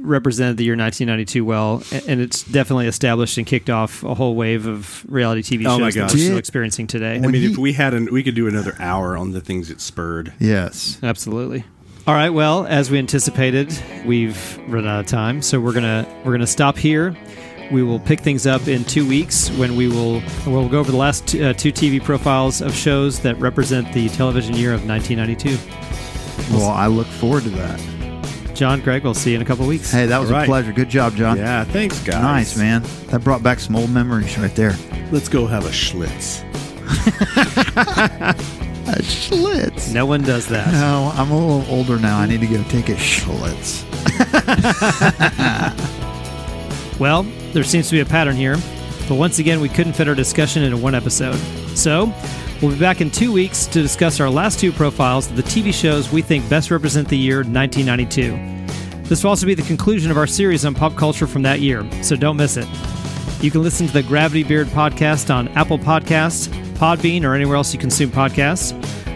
Speaker 13: represented the year 1992 well, a- and it's definitely established and kicked off a whole wave of reality TV shows
Speaker 5: Oh my
Speaker 13: that we're
Speaker 5: gosh.
Speaker 13: still
Speaker 2: Did-
Speaker 13: experiencing today.
Speaker 5: I
Speaker 2: When
Speaker 5: mean,
Speaker 2: he-
Speaker 5: if we had an, we could do another hour on the things it spurred.
Speaker 2: Yes.
Speaker 13: Absolutely. All right. Well, as we anticipated, we've run out of time, so we're gonna we're gonna stop here. We will pick things up in two weeks when we will we'll go over the last uh, two TV profiles of shows that represent the television year of 1992.
Speaker 2: Well, I look forward to that.
Speaker 13: John, Greg, we'll see you in a couple weeks.
Speaker 2: Hey, that was
Speaker 5: All right.
Speaker 2: a pleasure. Good job, John.
Speaker 5: Yeah, thanks, guys.
Speaker 2: Nice, man. That brought back some old memories right there.
Speaker 5: Let's go have a Schlitz.
Speaker 2: A Schlitz.
Speaker 13: No one does that.
Speaker 2: No, I'm a little older now. I need to go take a Schlitz.
Speaker 13: Well, there seems to be a pattern here, but once again, we couldn't fit our discussion into one episode. So, we'll be back in two weeks to discuss our last two profiles of the TV shows we think best represent the year 1992. This will also be the conclusion of our series on pop culture from that year, so don't miss it. You can listen to the Gravity Beard podcast on Apple Podcasts, Podbean, or anywhere else you consume podcasts.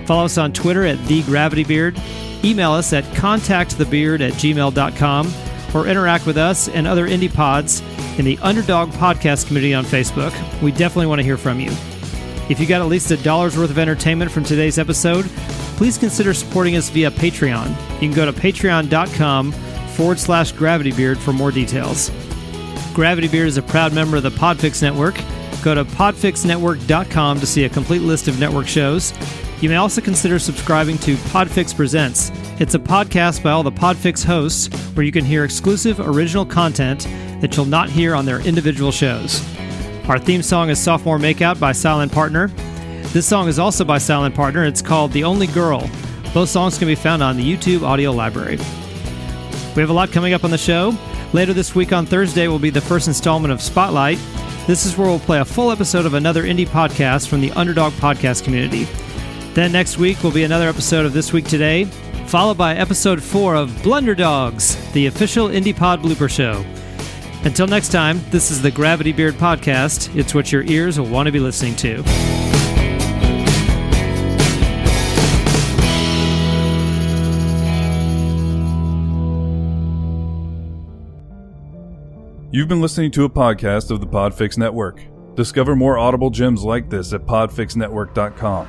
Speaker 13: Follow us on Twitter at The Gravity Beard. Email us at contactthebeard at gmail.com or interact with us and other indie pods in the Underdog Podcast community on Facebook. We definitely want to hear from you. If you got at least a dollar's worth of entertainment from today's episode, please consider supporting us via Patreon. You can go to patreon.com forward slash gravity beard for more details. Gravity Beard is a proud member of the Podfix Network. Go to podfixnetwork.com to see a complete list of network shows. You may also consider subscribing to Podfix Presents. It's a podcast by all the Podfix hosts where you can hear exclusive original content that you'll not hear on their individual shows. Our theme song is Sophomore Makeout by Silent Partner. This song is also by Silent Partner. It's called The Only Girl. Both songs can be found on the YouTube audio library. We have a lot coming up on the show. Later this week on Thursday will be the first installment of Spotlight. This is where we'll play a full episode of another indie podcast from the Underdog Podcast community. Then next week will be another episode of This Week Today, followed by episode four of Blunder Dogs, the official Indie Pod blooper show. Until next time, this is the Gravity Beard Podcast. It's what your ears will want to be listening to.
Speaker 1: You've been listening to a podcast of the Podfix Network. Discover more audible gems like this at podfixnetwork.com.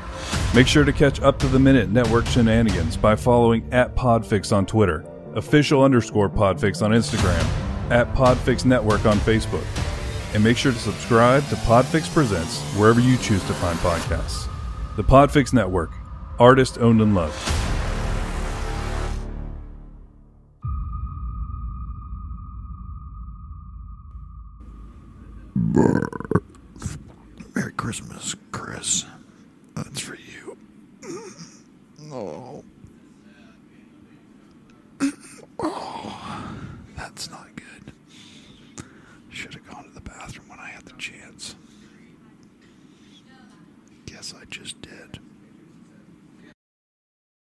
Speaker 1: Make sure to catch up to the minute network shenanigans by following at Podfix on Twitter, official underscore Podfix on Instagram, at Podfix Network on Facebook. And make sure to subscribe to Podfix Presents wherever you choose to find podcasts. The Podfix Network, artist owned and loved.
Speaker 2: Merry Christmas, Chris. That's for you. Oh. Oh, that's not good. Should have gone to the bathroom when I had the chance. Guess I just